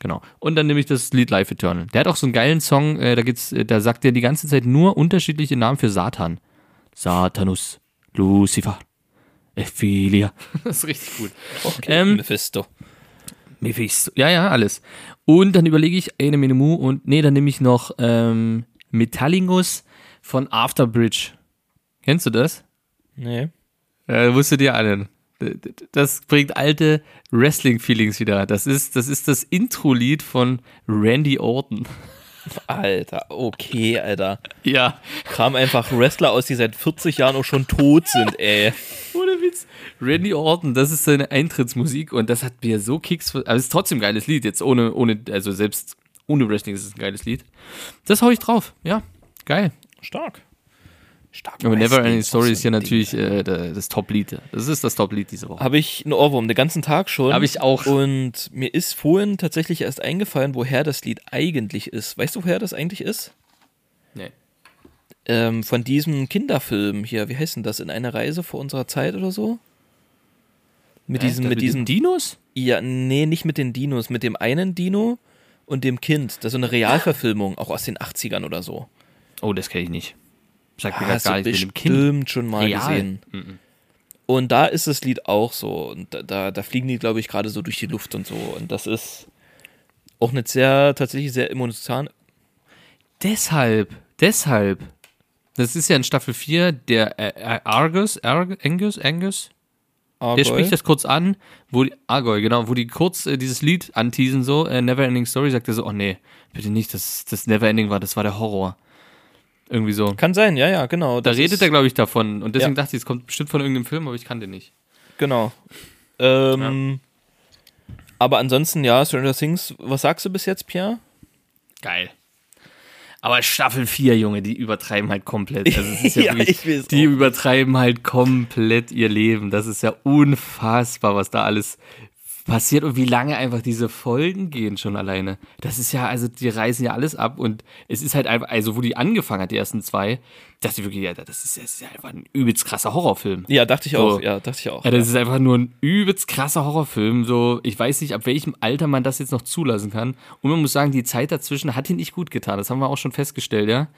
C: Genau. Und dann nehme ich das Lied Life Eternal. Der hat auch so einen geilen Song, äh, da geht's, äh, da sagt er die ganze Zeit nur unterschiedliche Namen für Satan. Satanus, Lucifer, Ephilia. Das ist richtig gut.
D: Okay,
C: Ähm,
D: Mephisto.
C: Mephisto. Ja, ja, alles. Und dann überlege ich eine Menemu und nee, dann nehme ich noch ähm, Metallingus von Afterbridge. Kennst du das?
D: Nee.
C: Äh, musst du dir anhören. D- d- Das bringt alte Wrestling-Feelings wieder. Das ist, das ist das Intro-Lied von Randy Orton.
D: Alter, okay, Alter.
C: Ja.
D: Kram einfach Wrestler aus, die seit 40 Jahren auch schon tot sind, ey.
C: Ohne Witz. Randy Orton, das ist seine Eintrittsmusik und das hat mir so Kicks. ver- Aber es ist trotzdem ein geiles Lied. Jetzt ohne, ohne, also selbst ohne Wrestling ist es ein geiles Lied. Das hau ich drauf. Ja. Geil.
D: Stark. Stark.
C: Aber Never
D: Wrestling
C: Ending
D: ist auch
C: Story
D: so
C: ist ja
D: ein Ding.
C: natürlich äh, da- das Top-Lied. Das ist das Top-Lied diese Woche.
D: Habe ich einen Ohrwurm, den ganzen Tag schon.
C: Hab ich auch.
D: Und mir ist vorhin tatsächlich erst eingefallen, woher das Lied eigentlich ist. Weißt du, woher das eigentlich ist?
C: Nee.
D: Ähm, von diesem Kinderfilm hier, wie heißt denn das? In einer Reise vor unserer Zeit oder so? Mit diesen, mit diesen,
C: Dinos?
D: ja, nee, nicht mit den Dinos, mit dem einen Dino und dem Kind. Das ist so eine Realverfilmung, auch aus den 80ern oder so.
C: Oh, das kenne ich nicht. Sag mir grad
D: Hast
C: gar
D: du
C: nicht mit dem Kind.
D: Ah, bestimmt schon mal
C: Real. Mhm.
D: gesehen. Und da ist das Lied auch so. Und da, da, da fliegen die, glaube ich, gerade so durch die Luft und so. Und das ist auch eine sehr, tatsächlich sehr emotion,
C: Deshalb, deshalb. Das ist ja in Staffel 4 der äh, äh, Argus, Arg- Angus, Angus. Der spricht das kurz an, wo die, Argol, genau, wo die kurz äh, dieses Lied anteasen, so, äh, Neverending Story, sagt er so, oh nee, bitte nicht, dass das Neverending war, das war der Horror. Irgendwie so.
D: Kann sein, ja, ja, genau.
C: Da redet er, glaube ich, davon. Und deswegen
D: Ja.
C: dachte ich, es kommt bestimmt von irgendeinem Film, aber ich kannte nicht.
D: Genau. Ähm, Aber ansonsten, ja, Stranger Things, was sagst du bis jetzt, Pierre?
C: Geil. Aber Staffel 4, Junge, die übertreiben halt komplett. Also es ist ja,
D: Ja,
C: wirklich,
D: ich weiß
C: die
D: auch.
C: übertreiben halt komplett ihr Leben. Das ist ja unfassbar, was da alles passiert und wie lange einfach diese Folgen gehen schon alleine. Das ist ja, also die reißen ja alles ab und es ist halt einfach, also wo die angefangen hat, die ersten zwei, dass die wirklich, ja, das ist, das ist ja einfach ein übelst krasser Horrorfilm.
D: Ja, dachte ich auch.
C: So.
D: Ja, dachte ich auch.
C: Oh. Ja, das ist einfach nur ein übelst krasser Horrorfilm. So, ich weiß nicht, ab welchem Alter man das jetzt noch zulassen kann. Und man muss sagen, die Zeit dazwischen hat ihn nicht gut getan. Das haben wir auch schon festgestellt, ja.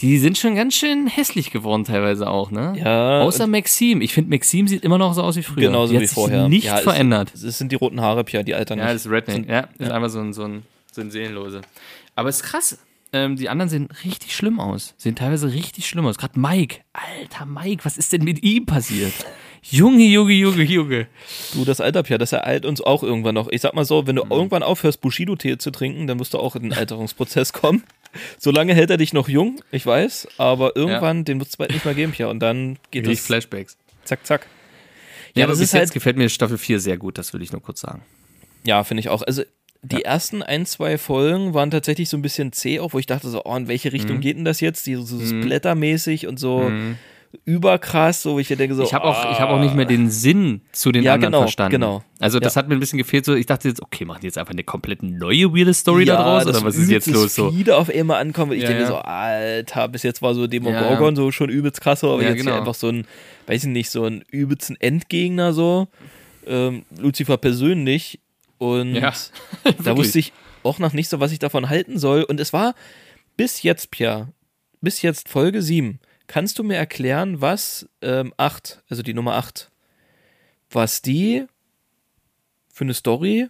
C: Die sind schon ganz schön hässlich geworden teilweise auch, ne?
D: Ja,
C: Außer Maxim. Ich finde, Maxim sieht immer noch so aus wie früher.
D: Genauso
C: die hat
D: Genau wie
C: sich
D: vorher.
C: Nicht
D: Ja, es-
C: verändert.
D: Es sind die roten Haare, Pierre, die altern
C: ja,
D: nicht.
C: das ist Redneck.
D: Sind-
C: Ja, ist einfach so ein, so ein, so ein Seelenlose. Aber es ist krass. Ähm, die anderen sehen richtig schlimm aus. Sehen teilweise richtig schlimm aus. Gerade Mike. Alter Mike, was ist denn mit ihm passiert? Junge, Junge, Junge, Junge.
D: Du, das Alter, Pierre, das ereilt uns auch irgendwann noch. Ich sag mal so, wenn
C: Mhm.
D: du irgendwann aufhörst, Bushido-Tee zu trinken, dann wirst du auch in den Alterungsprozess kommen. Solange hält er dich noch jung, ich weiß, aber irgendwann, den wird es bald nicht mehr geben, Pierre. Und dann geht
C: Richtig
D: es
C: Flashbacks.
D: zack, zack.
C: Ja,
D: Ja,
C: aber
D: das
C: bis
D: ist
C: jetzt
D: halt,
C: gefällt mir Staffel 4 sehr gut, das will ich nur kurz sagen.
D: ja, finde ich auch. Also, die ersten ein, zwei Folgen waren tatsächlich so ein bisschen zäh, auch wo ich dachte so, oh, in welche Richtung
C: Mhm.
D: geht denn das jetzt? Die so, so splattermäßig und so überkrass, so, wo ich ja denke so, ah.
C: Ich habe auch, ich hab auch nicht mehr den Sinn zu den
D: Ja,
C: anderen
D: genau,
C: verstanden.
D: genau.
C: Also das hat mir ein bisschen gefehlt. So, ich dachte jetzt, okay, machen die jetzt einfach eine komplett neue weirde Story da draus
D: dass
C: oder was ist jetzt
D: übelstes
C: los so?
D: Fieder auf einmal ankommen. Ich
C: Ja,
D: denke
C: ja.
D: so, Alter, bis jetzt war so Demogorgon so schon übelst krass, aber
C: Ja,
D: jetzt
C: genau.
D: hier einfach so ein, weiß ich nicht, so ein übelsten Endgegner so. Ähm, Lucifer persönlich. Und
C: Ja,
D: da
C: wirklich.
D: wusste ich auch noch nicht so, was ich davon halten soll. Und es war bis jetzt, Pierre, bis jetzt Folge 7. Kannst du mir erklären, was ähm, 8, also die Nummer 8, was die für eine Story,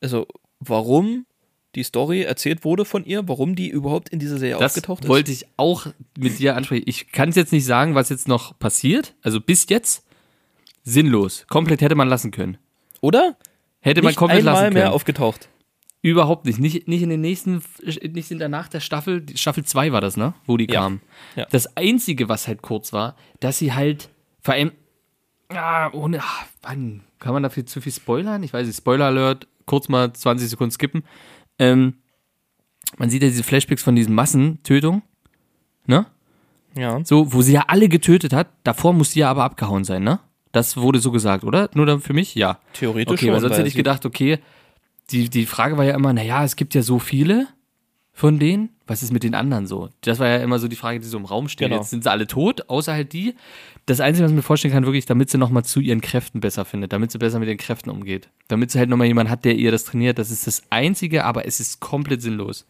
D: also warum die Story erzählt wurde von ihr, warum die überhaupt in dieser Serie
C: Das
D: aufgetaucht
C: wollte ich auch mit dir ansprechen. Ich kann es jetzt nicht sagen, was jetzt noch passiert. Also bis jetzt sinnlos. Komplett hätte man lassen können.
D: ist. Oder?
C: Hätte man
D: Nicht
C: komplett
D: einmal
C: lassen können.
D: mehr aufgetaucht.
C: Überhaupt nicht. Nicht, nicht in den nächsten, nicht in der nach der Staffel, die Staffel 2 war das, ne? Wo die
D: Ja.
C: kamen.
D: Ja.
C: Das Einzige, was halt kurz war, dass sie halt vor allem. Ah, ohne. Ah, Mann, kann man dafür zu viel spoilern? Ich weiß nicht, Spoiler Alert, kurz mal 20 Sekunden skippen. Ähm, man sieht ja diese Flashbacks von diesen Massentötungen, ne?
D: Ja.
C: So, wo sie ja alle getötet hat. Davor muss sie ja aber abgehauen sein, ne? Das wurde so gesagt, oder? Nur dann für mich? Ja.
D: Theoretisch
C: Okay,
D: schon.
C: weil sonst
D: weil
C: hätte ich
D: sie-
C: gedacht, okay, die, die Frage war ja immer, naja, es gibt ja so viele von denen, was ist mit den anderen so? Das war ja immer so die Frage, die so im Raum steht.
D: Genau.
C: Jetzt sind sie alle tot, außer halt die. Das Einzige, was ich mir vorstellen kann, wirklich, damit sie nochmal zu ihren Kräften besser findet, damit sie besser mit den Kräften umgeht. Damit sie halt nochmal jemanden hat, der ihr das trainiert. Das ist das Einzige, aber es ist komplett sinnlos.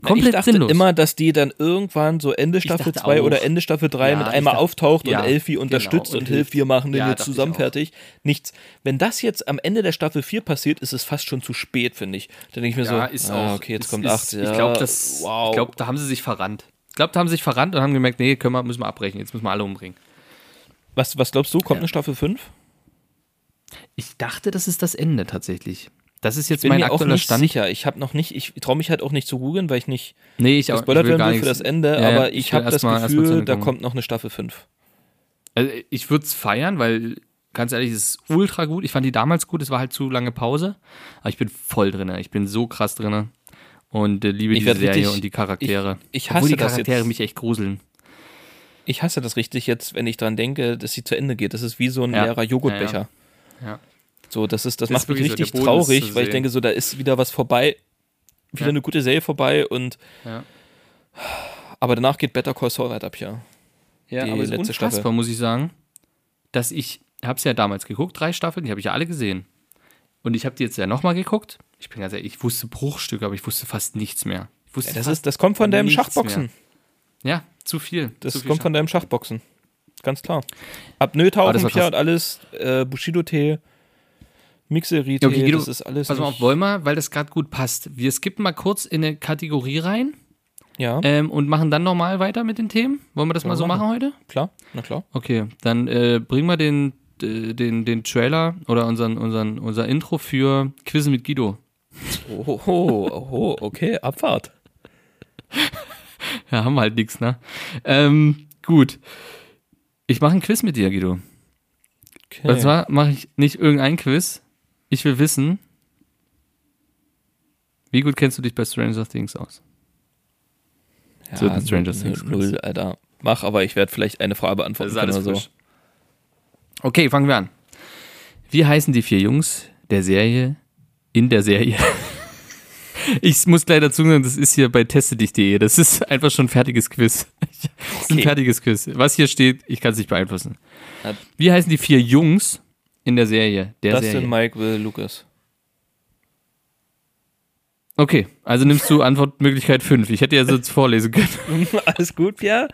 C: Komplett
D: ich dachte
C: sinnlos.
D: immer, dass die dann irgendwann so Ende Staffel
C: dachte
D: 2 oder
C: auch.
D: Ende Staffel 3
C: Ja,
D: mit
C: ich
D: einmal
C: dachte-
D: auftaucht
C: ja,
D: und Elfie
C: genau,
D: unterstützt
C: und
D: und, hilft, wir machen den
C: Ja,
D: jetzt
C: dachte ich
D: zusammen
C: auch.
D: fertig. Nichts. Wenn das jetzt am Ende der Staffel 4 passiert, ist es fast schon zu spät, finde ich. Dann denke ich mir
C: Ja,
D: so,
C: ist
D: ah,
C: auch.
D: okay, jetzt
C: Ist-
D: kommt
C: ist-
D: 8. Ja,
C: Ich glaube, das.
D: wow.
C: Ich glaube, da haben sie sich verrannt. Ich glaube, da haben sie sich verrannt und haben gemerkt, nee, können wir, müssen wir abbrechen. Jetzt müssen wir alle umbringen.
D: was, was glaubst du, kommt eine Staffel 5?
C: Ich dachte, das ist das Ende tatsächlich. Das ist jetzt
D: Bin
C: mein
D: mir auch
C: aktueller
D: nicht
C: Stand.
D: sicher. Ich habe noch nicht, ich traue mich halt auch nicht zu googeln, weil ich nicht
C: Nee, ich auch. ich
D: gespoilert
C: will
D: werden
C: gar
D: will für
C: nichts.
D: das Ende,
C: Ja, ja,
D: aber ich,
C: will
D: habe das
C: erst mal- erst mal zu
D: Gefühl,
C: Ende
D: da
C: kommen.
D: kommt noch eine Staffel 5.
C: Also ich würde es feiern, weil ganz ehrlich, es ist ultra gut. Ich fand die damals gut, es war halt zu lange Pause. Aber ich bin voll drin, ich bin so krass drin. Und äh, liebe
D: Ich
C: diese
D: werd
C: Serie
D: richtig-
C: und die Charaktere.
D: ich- ich
C: Obwohl
D: hasse
C: die
D: das
C: Charaktere
D: jetzt.
C: mich echt gruseln.
D: Ich hasse das richtig jetzt, wenn ich dran denke, dass sie zu Ende geht. Das ist wie so ein
C: Ja.
D: leerer Joghurtbecher.
C: Ja, ja. Ja.
D: So, das ist, das,
C: Das ist
D: macht mich
C: wirklich so,
D: richtig
C: der Boden ist zu
D: traurig, weil ich
C: sehen.
D: denke, so, da ist wieder was vorbei, wieder
C: Ja.
D: eine gute Serie vorbei und
C: Ja.
D: aber danach geht Better Call Saul right ab, ja.
C: Ja,
D: die
C: aber es ist
D: letzte
C: unfassbar,
D: Staffel.
C: muss ich sagen, dass ich habe es ja damals geguckt, drei Staffeln, die habe ich ja alle gesehen. Und ich habe die jetzt ja nochmal geguckt. Ich bin ganz ehrlich, ich wusste Bruchstücke, aber ich wusste fast nichts mehr. Ich wusste
D: Ja, das,
C: fast,
D: ist, das kommt von deinem
C: nichts
D: Schachboxen.
C: mehr. ja, zu viel.
D: Das
C: zu viel
D: kommt von deinem Schachboxen. Ganz klar. Ab Nöthaufen,
C: das war
D: Pia
C: krass.
D: und alles, äh, Bushido-Tee, Mixerie-Tee,
C: Ja, okay, Guido,
D: das ist alles.
C: Pass mal auf, wollen wir, weil das gerade gut passt. Wir skippen mal kurz in eine Kategorie rein
D: ja,
C: ähm, und machen dann nochmal weiter mit den Themen. Wollen wir das mal so machen heute?
D: klar, na klar.
C: Okay, dann äh, bringen wir den, äh, den, den Trailer oder unseren, unseren, unser Intro für Quizzen mit Guido.
D: Oh, oh, oh, okay, Abfahrt.
C: Ja, haben wir halt nichts, ne? Ähm, gut. Ich mache ein Quiz mit dir, Guido.
D: Okay.
C: Und zwar mache ich nicht irgendein Quiz. Ich will wissen, wie gut kennst du dich bei Stranger Things aus?
D: ja,
C: so ein Stranger Things
D: Null, Alter. Mach, aber ich werde vielleicht eine Frage beantworten können oder so.
C: Okay, fangen wir an. Wie heißen die vier Jungs der Serie in der Serie? Ich muss gleich dazu sagen, das ist hier bei testedich.de. Das ist einfach schon ein fertiges Quiz. Das ist ein
D: Okay.
C: fertiges Quiz. Was hier steht, ich kann es nicht beeinflussen.
D: Ja.
C: Wie heißen die vier Jungs in der Serie? Der Serie.
D: Dustin, Mike, Will, Lucas.
C: Okay, also nimmst du Antwortmöglichkeit 5. Ich hätte ja jetzt vorlesen können.
D: alles gut, Pia?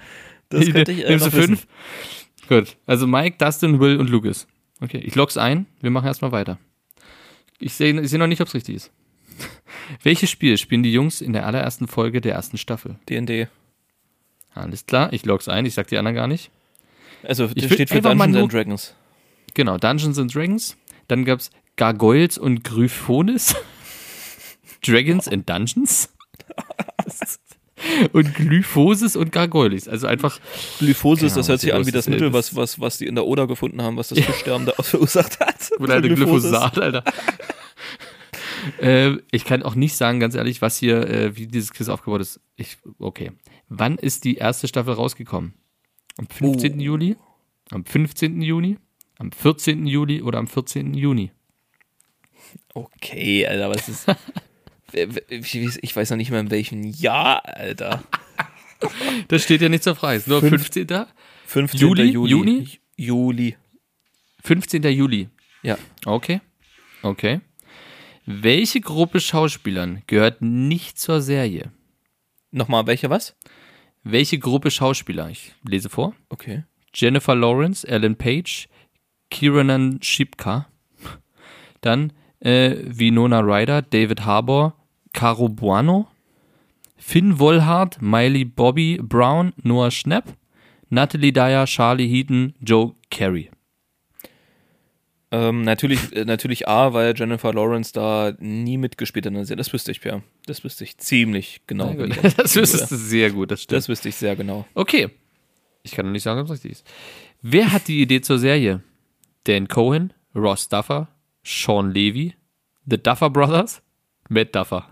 D: Das könnte ich äh,
C: Nimmst du
D: noch wissen.
C: 5? Gut, also Mike, Dustin, Will und Lucas. Okay, ich log's ein. Wir machen erstmal weiter. Ich sehe ich seh noch nicht, ob's richtig ist. Welches Spiel spielen die Jungs in der allerersten Folge der ersten Staffel?
D: D&D.
C: Alles klar, ich log's ein. Ich sag die anderen gar nicht.
D: Also, das
C: will
D: steht für
C: einfach mal
D: Dungeons
C: nur-
D: and Dragons.
C: Genau, Dungeons and Dragons. Dann gab's Gargoyles und Gryphones. Dragons and Dungeons. Und Glyphoses und Gargoyles. Also einfach Genau,
D: Glyphosis, das hört sich an wie
C: Glyphosis
D: das Mittel,
C: ist-
D: was, was, was die in der Oder gefunden haben, was das Fischsterben da verursacht hat.
C: Oder halt eine
D: Glyphosis.
C: Glyphosat, Alter. äh, ich kann auch nicht sagen, ganz ehrlich, was hier, äh, wie dieses Quiz aufgebaut ist. Ich, okay. Wann ist die erste Staffel rausgekommen? Am 15. Juli? Am 15. Juni? Am 14. Juli oder am 14. Juni?
D: Okay, Alter, was ist. Ich weiß- ich weiß noch nicht mal in welchem Jahr, Alter.
C: Das steht ja nicht zur Frage. Ist nur
D: Fünf-
C: 15.
D: 15.
C: Juli?
D: Juli.
C: Juni?
D: Juli.
C: 15. Juli.
D: Ja.
C: Okay. Okay. Welche Gruppe Schauspielern gehört nicht zur Serie?
D: Nochmal, welche was?
C: Welche Gruppe Schauspieler? Ich lese vor.
D: Okay.
C: Jennifer Lawrence, Ellen Page, Kiranan Shipka, dann äh, Winona Ryder, David Harbour, Caro Buono, Finn Wollhardt, Miley Bobby Brown, Noah Schnapp, Natalie Dyer, Charlie Heaton, Joe Carey.
D: Ähm, natürlich, äh, natürlich A, weil Jennifer Lawrence da nie mitgespielt hat in der Serie. Das wüsste ich, Pierre. Das wüsste ich ziemlich genau. wenn ich ehrlich
C: Das
D: bin,
C: wüsstest
D: Alter.
C: du sehr gut, das stimmt.
D: Das wüsste ich sehr genau.
C: Okay. Ich kann noch nicht sagen, ob es richtig ist. Wer hat die Idee zur Serie? Dan Cohen, Ross Duffer, Sean Levy, The Duffer Brothers, Matt Duffer.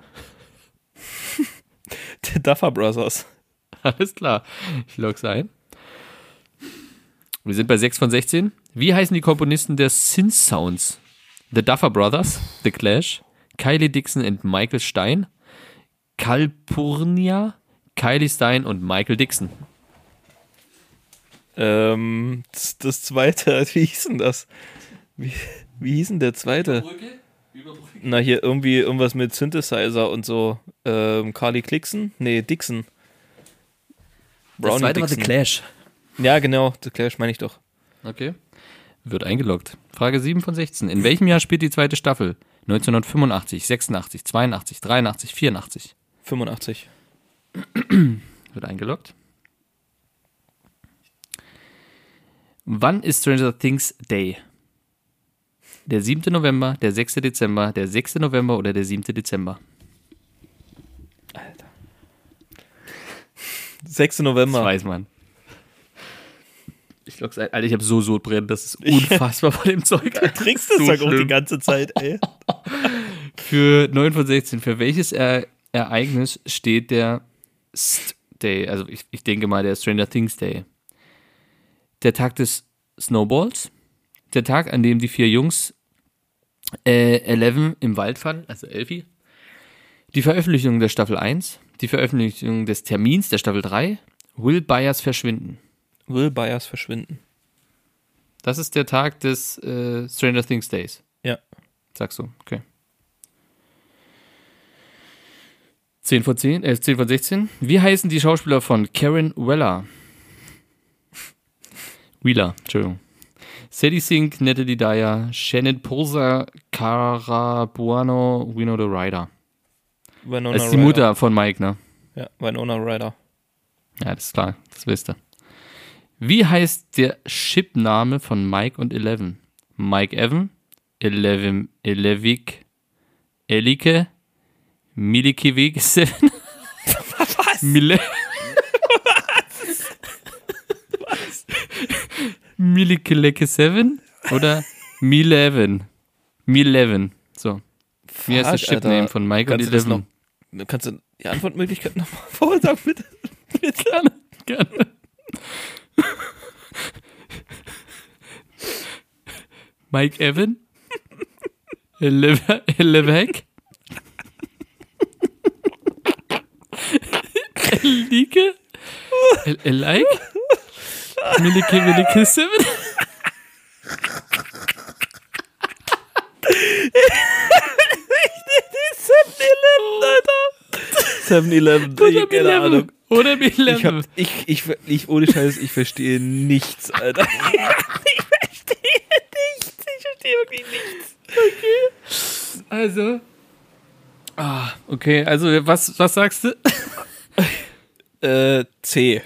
D: The Duffer Brothers.
C: Alles klar. Ich log's ein. Wir sind bei 6 von 16. Wie heißen die Komponisten der Synth Sounds? The Duffer Brothers, The Clash, Kylie Dixon und Michael Stein, Kalpurnia, Kylie Stein und Michael Dixon.
D: Ähm, das, das zweite, wie hieß denn das? Wie, wie hieß denn der zweite? Na, hier irgendwie irgendwas mit Synthesizer und so. Ähm, Carly Clickson? Nee, Dixon. Brownie
C: Clash.
D: Ja, genau, The Clash meine ich doch.
C: Okay. Wird eingeloggt. Frage 7 von 16. In welchem Jahr spielt die zweite Staffel? 1985, 86, 82, 83, 84.
D: 85.
C: Wird eingeloggt. Wann ist Stranger Things Day? Der 7. November, der 6. Dezember, der 6. November oder der 7. Dezember?
D: 6.
C: Das
D: November.
C: weiß man. Ich lock's ein. Alter, ich habe so Sodbrennen, das ist unfassbar von dem Zeug.
D: Du trinkst das doch auch die ganze Zeit, ey.
C: Für 9 von 16, für welches äh, Ereignis steht der St Day? Also ich, ich denke mal der Stranger Things Day. Der Tag des Snowballs? Der Tag, an dem die vier Jungs äh, Eleven im Wald fanden, also Elfie. Die Veröffentlichung der Staffel 1, die Veröffentlichung des Termins der Staffel 3, Will Byers verschwinden.
D: Will Byers verschwinden.
C: Das ist der Tag des äh, Stranger Things Days.
D: Ja.
C: Sagst du, okay. 10 von 10, äh, 10 von 16. Wie heißen die Schauspieler von Karen Weller? Wheeler, Entschuldigung. Sadie Sink, Natalie Dyer, Shannon Poser, Cara Buono, Winona Ryder.
D: Winona
C: Das ist die
D: Ryder.
C: Mutter von Mike, ne?
D: Ja, Winona Ryder.
C: Ja, das ist klar, das wisst ihr. Wie heißt der Shipname von Mike und Eleven? Mike Evan, Eleven, Elevik, Elike, Milikeweg Seven. Was? Mile Milikeleke Seven oder Mileven? Mileven. So. Wie heißt der
D: Fuck, Alter.
C: Shipname von Mike
D: Kannst du
C: und
D: das
C: Eleven?
D: noch? Kannst du die Antwortmöglichkeit nochmal vorsagen, bitte?
C: Gerne, gerne. Mike Evan? Eleve- Elevek? Elike? El- Elike? Milike, Milike, Seven?
D: Alter! 7-Eleven,
C: Oder
D: keine Ahnung.
C: Mileven? Oder Mileven?
D: Ich, hab, ich, ich, ich, ohne Scheiß, ich verstehe nichts, Alter.
C: Also. Ah, okay, also was, was sagst du?
D: Äh, C.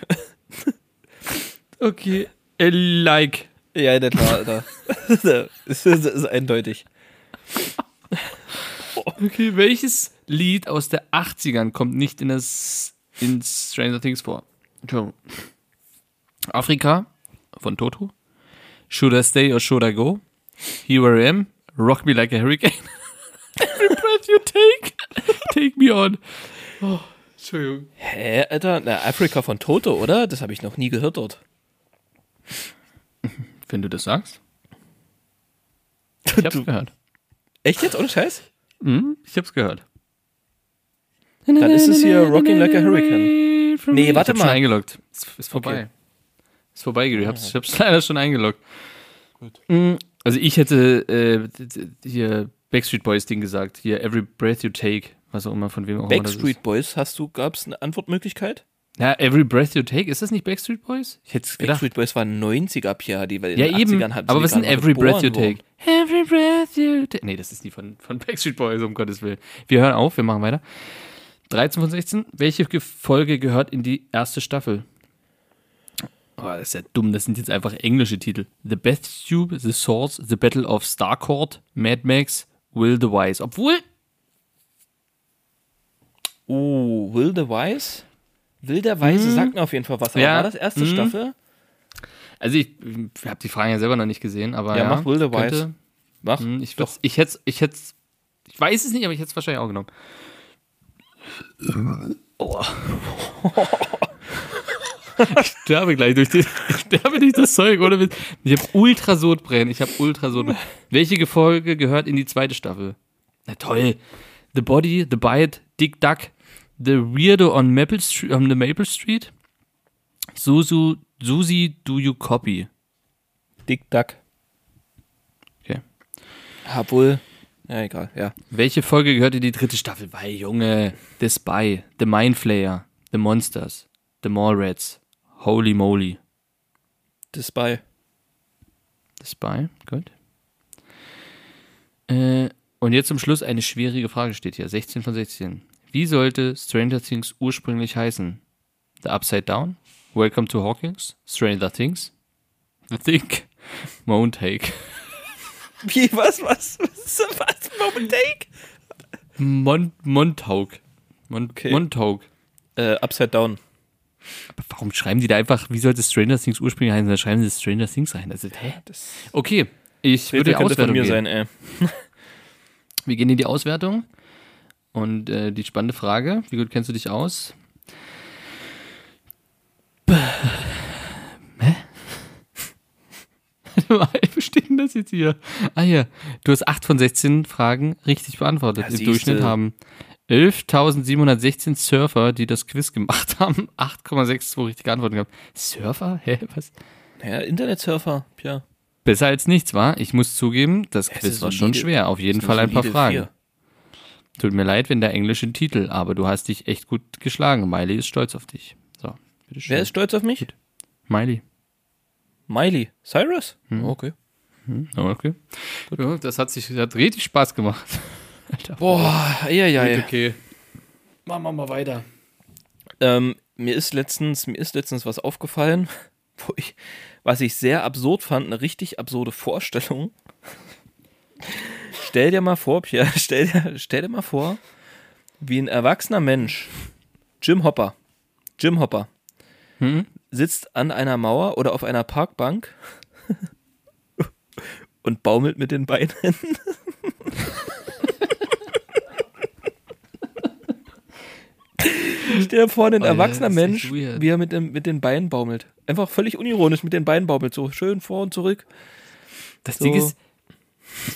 C: Okay. Like.
D: Ja, in der Tat, Alter. das ist, das ist eindeutig.
C: Okay, welches Lied aus der 80ern kommt nicht in das in Stranger Things vor? Entschuldigung. Afrika von Toto. Should I stay or should I go? Here I am. Rock me like a hurricane. Every breath you take, take me on. Oh, Entschuldigung.
D: Hä, Alter? Na, Afrika von Toto, oder? Das habe ich noch nie gehört dort.
C: Wenn du das sagst. Ich hab's gehört.
D: Echt jetzt? Ohne Scheiß?
C: Hm? Ich hab's gehehrt.
D: Dann ist es hier Rocking Like a Hurricane. Nee, warte
C: ich hab's schon
D: mal.
C: eingeloggt. Ist, ist vorbei. Ist vorbei, Gary. Ich hab's, ich hab's leider schon eingeloggt. Mm, Also ich hätte äh, d- d- hier Backstreet Boys Ding gesagt. Hier Every Breath You Take. Was auch immer, von wem auch immer das ist.
D: Backstreet Boys, hast du, gab's eine Antwortmöglichkeit?
C: Na, Every Breath You Take. Ist das nicht Backstreet Boys? Ich hätte gedacht.
D: Backstreet Boys waren 90er Pia, die wir in
C: Ja,
D: den
C: eben.
D: 80ern hatten.
C: Aber was ist denn Every Breath You Take?
D: Worden.
C: Every Breath You Take. Nee, das ist die von, von Backstreet Boys, um Gottes Willen. Wir hören auf, wir machen weiter. 13 von 16. Welche Ge- Folge gehört in die erste Staffel? Oh, das ist ja dumm, das sind jetzt einfach englische Titel. The Best Tube, The Source, The Battle of Starcourt, Mad Max, Will the Wise. Obwohl,
D: Oh, Will the Wise? Will der Weise sagt mir auf jeden Fall was. Aber
C: Mhm. Ja.
D: war das erste
C: Mhm.
D: Staffel?
C: also ich, ich habe die Fragen ja selber noch nicht gesehen, aber.
D: Ja,
C: Ja,
D: mach Will the
C: könnte-
D: Wise. Mach.
C: Hm, Ich, würd's- ich hätte ich hätte ich weiß es nicht, aber ich hätte es wahrscheinlich auch genommen. Ich sterbe gleich durch die, ich sterbe durch das Zeug, oder? Ich habe Ultrasodbrennen, ich habe Ultrasodbrennen. Welche Folge gehört in die zweite Staffel? Na toll. The Body, The Bite, Dick Duck, The Weirdo on Maple Street, on the Maple Street. Susu, Susi, do you copy?
D: Dick Duck.
C: Okay.
D: Hab wohl. Ja, egal, ja.
C: Welche Folge gehört in die dritte Staffel? Weil, Junge, The Spy, The Mindflayer, The Monsters, The Mallrats, Holy Moly,
D: Das bei.
C: The Spy, gut. Äh, und jetzt zum Schluss eine schwierige Frage steht hier, 16 von 16. Wie sollte Stranger Things ursprünglich heißen? The Upside Down, Welcome to Hawkins, Stranger Things, The Think, Mount Take.
D: Wie, was, was? Was? was? Moment, Take?
C: Mon Montauk. Mon
D: Okay.
C: Montauk.
D: Äh, Upside Down.
C: Warum schreiben die da einfach, wie sollte Stranger Things ursprünglich heißen? Da schreiben sie Stranger Things rein. Also, hä?
D: Das
C: Okay, ich würde die
D: könnte
C: Auswertung
D: von mir
C: gehen.
D: sein, äh. ey.
C: Wir gehen in die Auswertung. Und äh, die spannende Frage, wie gut kennst du dich aus? Hä? Wie steht denn das jetzt hier? Ah hier, du hast 8 von 16 Fragen richtig beantwortet.
D: Ja,
C: Im
D: siehste.
C: Durchschnitt haben 11.716 Surfer, die das Quiz gemacht haben, 8,62 richtige Antworten gehabt. Surfer? Hä, was?
D: Ja, Internetsurfer, Pia.
C: Besser als nichts, war. Ich muss zugeben, das Quiz
D: ist
C: war schon
D: solide.
C: schwer. Auf jeden
D: Das
C: Fall
D: sind
C: ein paar
D: solide
C: Fragen.
D: vier.
C: Tut mir leid, wenn der englische Titel, aber du hast dich echt gut geschlagen. Miley ist stolz auf dich. So, bitteschön.
D: Wer ist stolz auf mich?
C: Miley. Hm.
D: Miley. Cyrus? Okay.
C: Oh, okay. Ja, das hat sich hat richtig Spaß gemacht. Alter.
D: Boah, ja, ja, ja.
C: Okay. Machen wir mal weiter.
D: Ähm, mir ist letztens, mir ist letztens was aufgefallen, wo ich, was ich sehr absurd fand, eine richtig absurde Vorstellung. stell dir mal vor, Pierre, stell dir, stell dir mal vor, wie ein erwachsener Mensch, Jim Hopper, Jim Hopper,
C: Hm?
D: sitzt an einer Mauer oder auf einer Parkbank und baumelt mit den Beinen. Stell dir vor, ein
C: Alter,
D: erwachsener
C: Oh das ist
D: Mensch,
C: echt weird.
D: wie er mit, dem, mit den Beinen baumelt. Einfach völlig unironisch mit den Beinen baumelt, so schön vor und zurück.
C: Das
D: So.
C: Ding ist,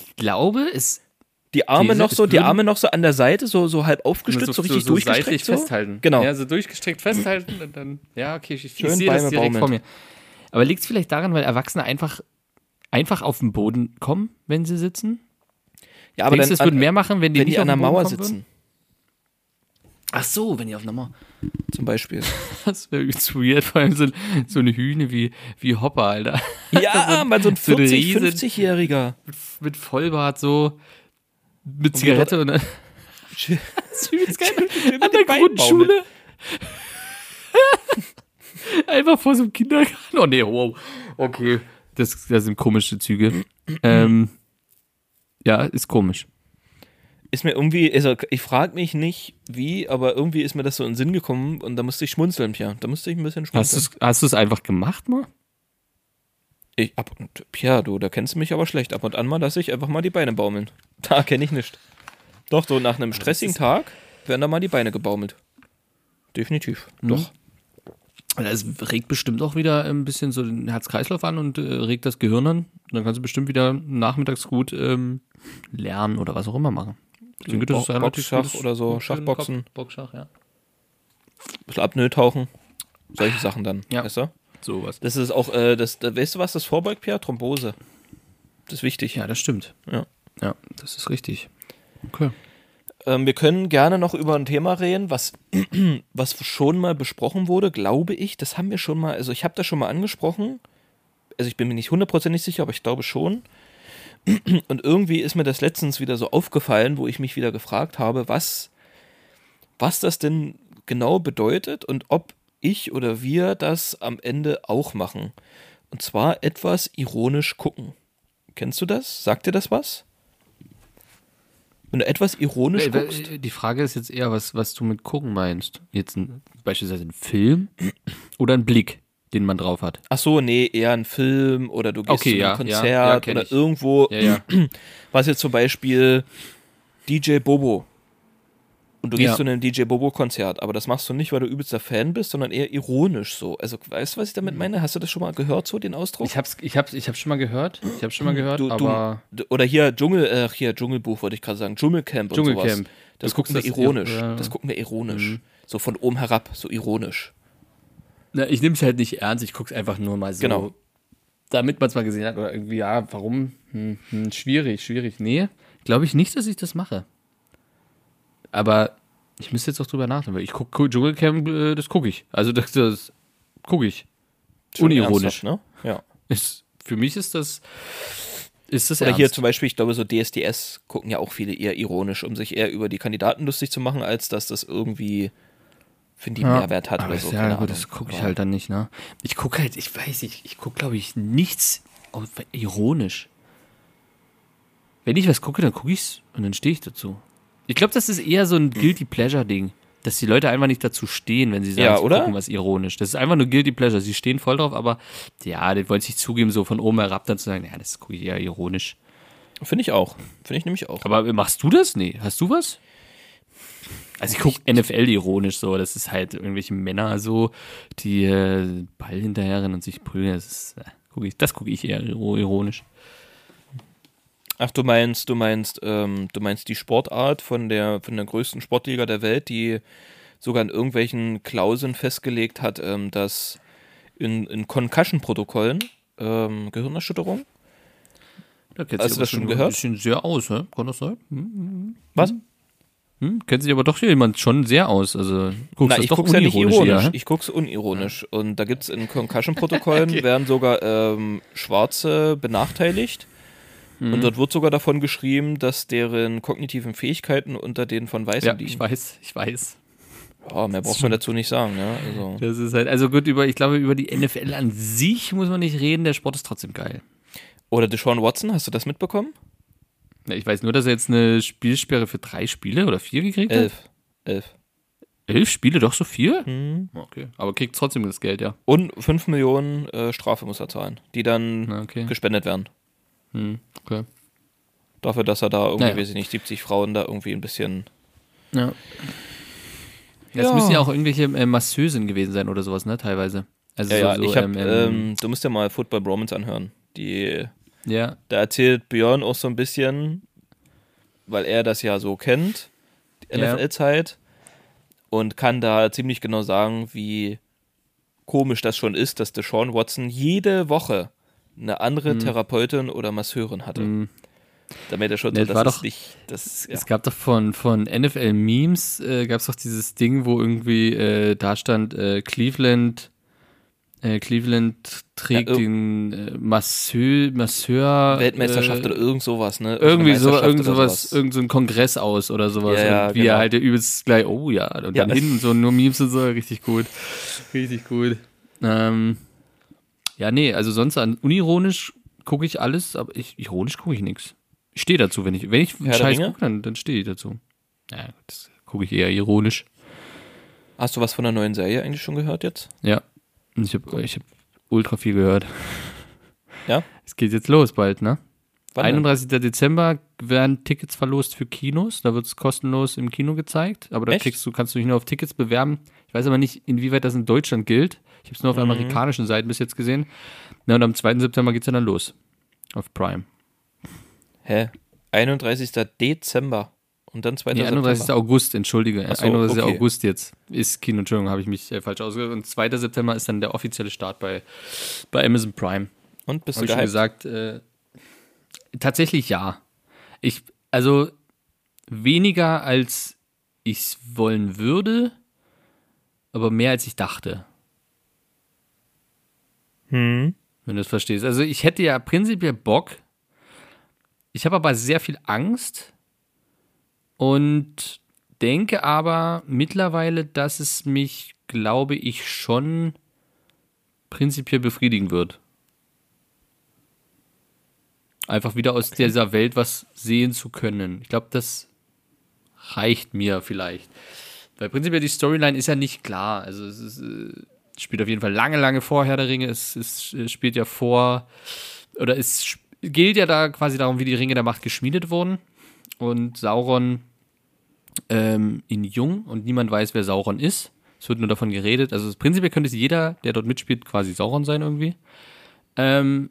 C: ich glaube, es
D: Die Arme
C: These,
D: noch so,
C: es
D: die
C: würden-
D: Arme noch so an der Seite, so, so halb aufgestützt, so, richtig durchgestreckt.
C: seitlich
D: So.
C: festhalten.
D: Genau.
C: Ja, so durchgestreckt festhalten und dann, ja, okay, ich, ich
D: Schön
C: sehe das
D: Beine
C: direkt
D: baumeln.
C: vor mir. Aber liegt es vielleicht daran, weil Erwachsene einfach, einfach auf den Boden kommen, wenn sie sitzen?
D: Ja,
C: Aber Denkst du, es
D: an-
C: würden mehr machen, wenn die
D: wenn
C: nicht
D: die an der
C: auf den Boden
D: Mauer
C: kommen Würden?
D: sitzen,
C: Ach so, wenn die auf einer Mauer.
D: zum Beispiel.
C: Das wäre übelst weird, vor allem so, so eine Hühne wie, wie Hopper, Alter.
D: ja, mal so ein
C: so ein
D: 40,
C: riesen-
D: 50-Jähriger.
C: Mit Vollbart so, mit Zigarette und dann.
D: Chill-
C: Das ist übelst geil.
D: mit
C: An
D: den
C: der
D: Beinen
C: Grundschule. Einfach vor so einem Kindergarten. Oh nee, wow. Okay. Das, das sind komische Züge. ähm, ja, ist komisch.
D: Ist mir irgendwie, also ich frage mich nicht wie, aber irgendwie ist mir das so in den Sinn gekommen und da musste ich schmunzeln, Pierre. Da musste ich ein bisschen
C: Hast
D: schmunzeln.
C: du's- hast du es einfach gemacht, mal?
D: Ich, ab und, Pierre, du, da kennst du mich aber schlecht. Ab und an mal lasse ich einfach mal die Beine baumeln. Da kenne ich nicht. Doch, so nach einem stressigen Tag werden da mal die Beine gebaumelt. Definitiv. Doch.
C: Das regt bestimmt auch wieder ein bisschen so den Herz-Kreislauf an und äh, regt das Gehirn an. Und dann kannst du bestimmt wieder nachmittags gut ähm, lernen oder was auch immer machen. Ich denke,
D: Bo- Boxschach oder so, Schachboxen.
C: Kopf- Boxschach, ja.
D: Ein bisschen Apnoe tauchen. Solche Sachen dann.
C: Ja.
D: Weißt du?
C: Sowas.
D: Das ist auch, äh, das, da, weißt du was, das vorbeugt, Pierre? Thrombose. Das ist wichtig.
C: Ja, das stimmt.
D: Ja.
C: Ja, das ist richtig. Okay.
D: Ähm, wir können gerne noch über ein Thema reden, was, was schon mal besprochen wurde, glaube ich. Das haben wir schon mal, also ich habe das schon mal angesprochen. Also ich bin mir nicht hundertprozentig sicher, aber ich glaube schon. Und irgendwie ist mir das letztens wieder so aufgefallen, wo ich mich wieder gefragt habe, was, was das denn genau bedeutet und ob ich oder wir das am Ende auch machen. Und zwar etwas ironisch gucken. Kennst du das? Sagt dir das was? Wenn du etwas ironisch
C: Äh,
D: guckst.
C: äh, Die Frage ist jetzt eher, was, was du mit gucken meinst. Jetzt ein, beispielsweise ein Film oder ein Blick, den man drauf hat.
D: Ach so, nee, eher ein Film oder du gehst
C: Okay,
D: zu
C: ja,
D: einem
C: ja,
D: Konzert
C: ja, kenn
D: oder
C: ich.
D: irgendwo,
C: Ja, ja.
D: was jetzt zum Beispiel DJ Bobo. Und du gehst
C: Ja.
D: zu einem DJ Bobo-Konzert, aber das machst du nicht, weil du übelster Fan bist, sondern eher ironisch so. Also weißt du, was ich damit meine? Hast du das schon mal gehört, so den
C: Mhm.
D: Ausdruck?
C: Ich hab's, ich hab's, ich hab's schon mal gehört. Ich hab's schon mal gehört,
D: Du- du-
C: aber.
D: d- oder hier Dschungel, äh, hier Dschungelbuch wollte ich gerade sagen, Dschungelcamp und
C: Dschungelcamp.
D: sowas. Das
C: Du guckst
D: gucken wir
C: das-
D: ironisch.
C: ja, Mhm. ja.
D: Das gucken wir ironisch. So von oben herab, so ironisch.
C: Na, ich nehme es halt nicht ernst, ich gucke es einfach nur mal so.
D: Genau.
C: Damit man es mal gesehen hat oder irgendwie, ja, warum? Hm, hm, schwierig, schwierig. Nee, glaube ich nicht, dass ich das mache. Aber ich müsste jetzt auch drüber nachdenken, weil ich gucke Dschungelcamp, äh, das gucke ich. Also das, das gucke ich.
D: Schon
C: Unironisch.
D: ernsthaft, Ne? Ja.
C: Ist, für mich ist das, ist das
D: Oder
C: ernst.
D: hier zum Beispiel, ich glaube, so DSDS gucken ja auch viele eher ironisch, um sich eher über die Kandidaten lustig zu machen, als dass das irgendwie, finde ich,
C: Ja.
D: Mehrwert hat
C: Aber
D: oder
C: das-
D: so.
C: Ja,
D: keine
C: gut, das
D: Ahnung.
C: gucke ich
D: Aber
C: halt dann nicht, ne? Ich gucke halt, ich weiß nicht, ich gucke, glaube ich, nichts auf, ironisch. Wenn ich was gucke, dann gucke ich's und dann stehe ich dazu. Ich glaube, das ist eher so ein Guilty Pleasure-Ding. Dass die Leute einfach nicht dazu stehen, wenn sie sagen,
D: Ja,
C: sie
D: oder?
C: gucken was ironisch. Das ist einfach nur Guilty Pleasure. Sie stehen voll drauf, aber ja, die wollen sich zugeben, so von oben herab dann zu sagen, ja, das gucke ich eher ironisch.
D: Finde ich auch. Finde ich nämlich auch.
C: Aber machst du das? Nee. Hast du was? Also ich gucke NFL ironisch so, das ist halt irgendwelche Männer so, die äh, Ball hinterherrennen und sich prügeln. Das, ist, äh, guck ich, das gucke ich eher iro- ironisch.
D: Ach, du meinst, du meinst, ähm, du meinst die Sportart von der, von der größten Sportliga der Welt, die sogar in irgendwelchen Klauseln festgelegt hat, ähm, dass in, in Concussion-Protokollen ähm, Gehirnerschütterung
C: Da kennt sich
D: Hast du
C: aber
D: das schon
C: Ein
D: gehört?
C: bisschen sehr aus, hä? Kann das sein?
D: Was?
C: Hm? Kennt sich aber doch jemand schon sehr aus. Also guckst
D: Na,
C: das
D: ich
C: doch
D: guck's ja nicht
C: unironisch
D: ironisch.
C: eher, hä?
D: Ich guck's unironisch. Und da gibt's in Concussion-Protokollen werden sogar ähm, Schwarze benachteiligt.
C: Mhm.
D: Und dort wird sogar davon geschrieben, dass deren kognitiven Fähigkeiten unter denen von Weißen
C: Ja, ich
D: liegen.
C: weiß, ich weiß.
D: Ja, oh, mehr braucht man dazu nicht sagen. Ne? Also.
C: Das ist halt, also gut, über, ich glaube, über die NFL an sich muss man nicht reden, der Sport ist trotzdem geil.
D: Oder Deshaun Watson, hast du das mitbekommen?
C: Na, Ich weiß nur, dass er jetzt eine Spielsperre für drei Spiele oder vier gekriegt hat.
D: Elf. Elf.
C: Elf Spiele, doch so
D: Hm.
C: viel? Okay. Aber kriegt trotzdem das Geld, ja.
D: Und 5 Millionen äh, Strafe muss er zahlen, die dann
C: Na, okay.
D: gespendet werden.
C: Hm, okay.
D: Dafür, dass er da irgendwie,
C: Naja.
D: weiß ich nicht, 70 Frauen da irgendwie ein bisschen.
C: Ja. Das
D: Ja.
C: müssen ja auch irgendwelche äh, Masseusen gewesen sein oder sowas, ne? Teilweise. Also
D: Ja, ja,
C: so, so,
D: ich hab,
C: ähm, ähm,
D: ähm, du musst ja mal Football Bromance anhören. Die
C: ja.
D: Da erzählt Björn auch so ein bisschen, weil er das ja so kennt, die
C: Ja.
D: NFL-Zeit, und kann da ziemlich genau sagen, wie komisch das schon ist, dass Deshaun Watson jede Woche eine andere
C: Mhm.
D: Therapeutin oder Masseurin hatte. Damit er schon
C: Ne,
D: so,
C: Mhm. es war
D: das ist
C: doch-
D: nicht, das ist, ja.
C: ähm, Es gab doch von, von NFL-Memes, äh, gab es doch dieses Ding, wo irgendwie äh, da stand, äh, Cleveland, äh, Cleveland trägt
D: Ja, ir-
C: den äh, Masseur, Masseur
D: Weltmeisterschaft
C: äh,
D: oder irgend sowas, ne? Irgendeine
C: irgendwie so,
D: Meisterschaft
C: irgend
D: oder
C: sowas, irgend so ein Kongress aus oder sowas.
D: Ja, ja,
C: und wie
D: genau.
C: er halt der übelst gleich, oh ja, und
D: Ja.
C: dann hin und so, nur Memes und so, richtig gut. Richtig gut. Ähm, ja, nee, also sonst an unironisch gucke ich alles, aber ich, ironisch gucke ich nichts. Ich stehe dazu, wenn ich, wenn ich
D: der
C: Scheiß
D: Ringe?
C: gucke, dann, dann stehe ich dazu. Ja, das gucke ich eher ironisch.
D: Hast du was von der neuen Serie eigentlich schon gehört jetzt?
C: Ja. Und Ich habe ich hab ultra viel gehört.
D: Ja?
C: Es geht jetzt los bald, ne?
D: Wann denn?
C: 31. Dezember werden Tickets verlost für Kinos. Da wird es kostenlos im Kino gezeigt. Aber da
D: Echt?
C: kriegst du, kannst du dich nur auf Tickets bewerben. Ich weiß aber nicht, inwieweit das in Deutschland gilt. Ich habe es nur auf
D: Mhm.
C: amerikanischen Seiten bis jetzt gesehen. Na, und am 2. September geht es ja dann los. Auf Prime.
D: Hä? 31. Dezember. Und dann 2.
C: Nee, 31.
D: September.
C: August, entschuldige.
D: Ach so,
C: 31.
D: okay.
C: August jetzt ist Kino. Entschuldigung, habe ich mich äh, falsch ausgedrückt. Und 2. September ist dann der offizielle Start bei, bei Amazon Prime.
D: Und bist
C: Habe
D: du
C: ich schon
D: gehypt?
C: gesagt, äh, tatsächlich ja. Ich, also weniger als ich es wollen würde, aber mehr als ich dachte,
D: Hm.
C: wenn du es verstehst. Also ich hätte ja prinzipiell Bock, ich habe aber sehr viel Angst und denke aber mittlerweile, dass es mich, glaube ich, schon prinzipiell befriedigen wird. Einfach wieder aus dieser Welt was sehen zu können. Ich glaube, das reicht mir vielleicht. Weil prinzipiell die Storyline ist ja nicht klar. Also es ist, äh, spielt auf jeden Fall lange, lange vor Herr der Ringe. Es, es äh, spielt ja vor oder es sp- gilt ja da quasi darum, wie die Ringe der Macht geschmiedet wurden. Und Sauron ähm, in Jung und niemand weiß, wer Sauron ist. Es wird nur davon geredet. Also prinzipiell könnte es jeder, der dort mitspielt, quasi Sauron sein irgendwie. Ähm,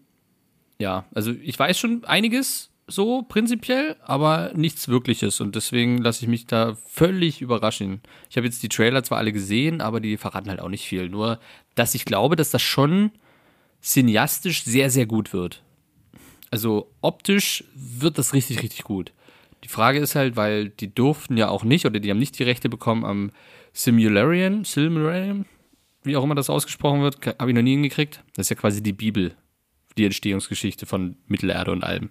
C: ja, also ich weiß schon einiges so prinzipiell, aber nichts Wirkliches. Und deswegen lasse ich mich da völlig überraschen. Ich habe jetzt die Trailer zwar alle gesehen, aber die verraten halt auch nicht viel. Nur, dass ich glaube, dass das schon cineastisch sehr, sehr gut wird. Also optisch wird das richtig, richtig gut. Die Frage ist halt, weil die durften ja auch nicht oder die haben nicht die Rechte bekommen am Simularian, Silmarillion, wie auch immer das ausgesprochen wird, habe ich noch nie hingekriegt. Das ist ja quasi die Bibel, die Entstehungsgeschichte von Mittelerde und allem.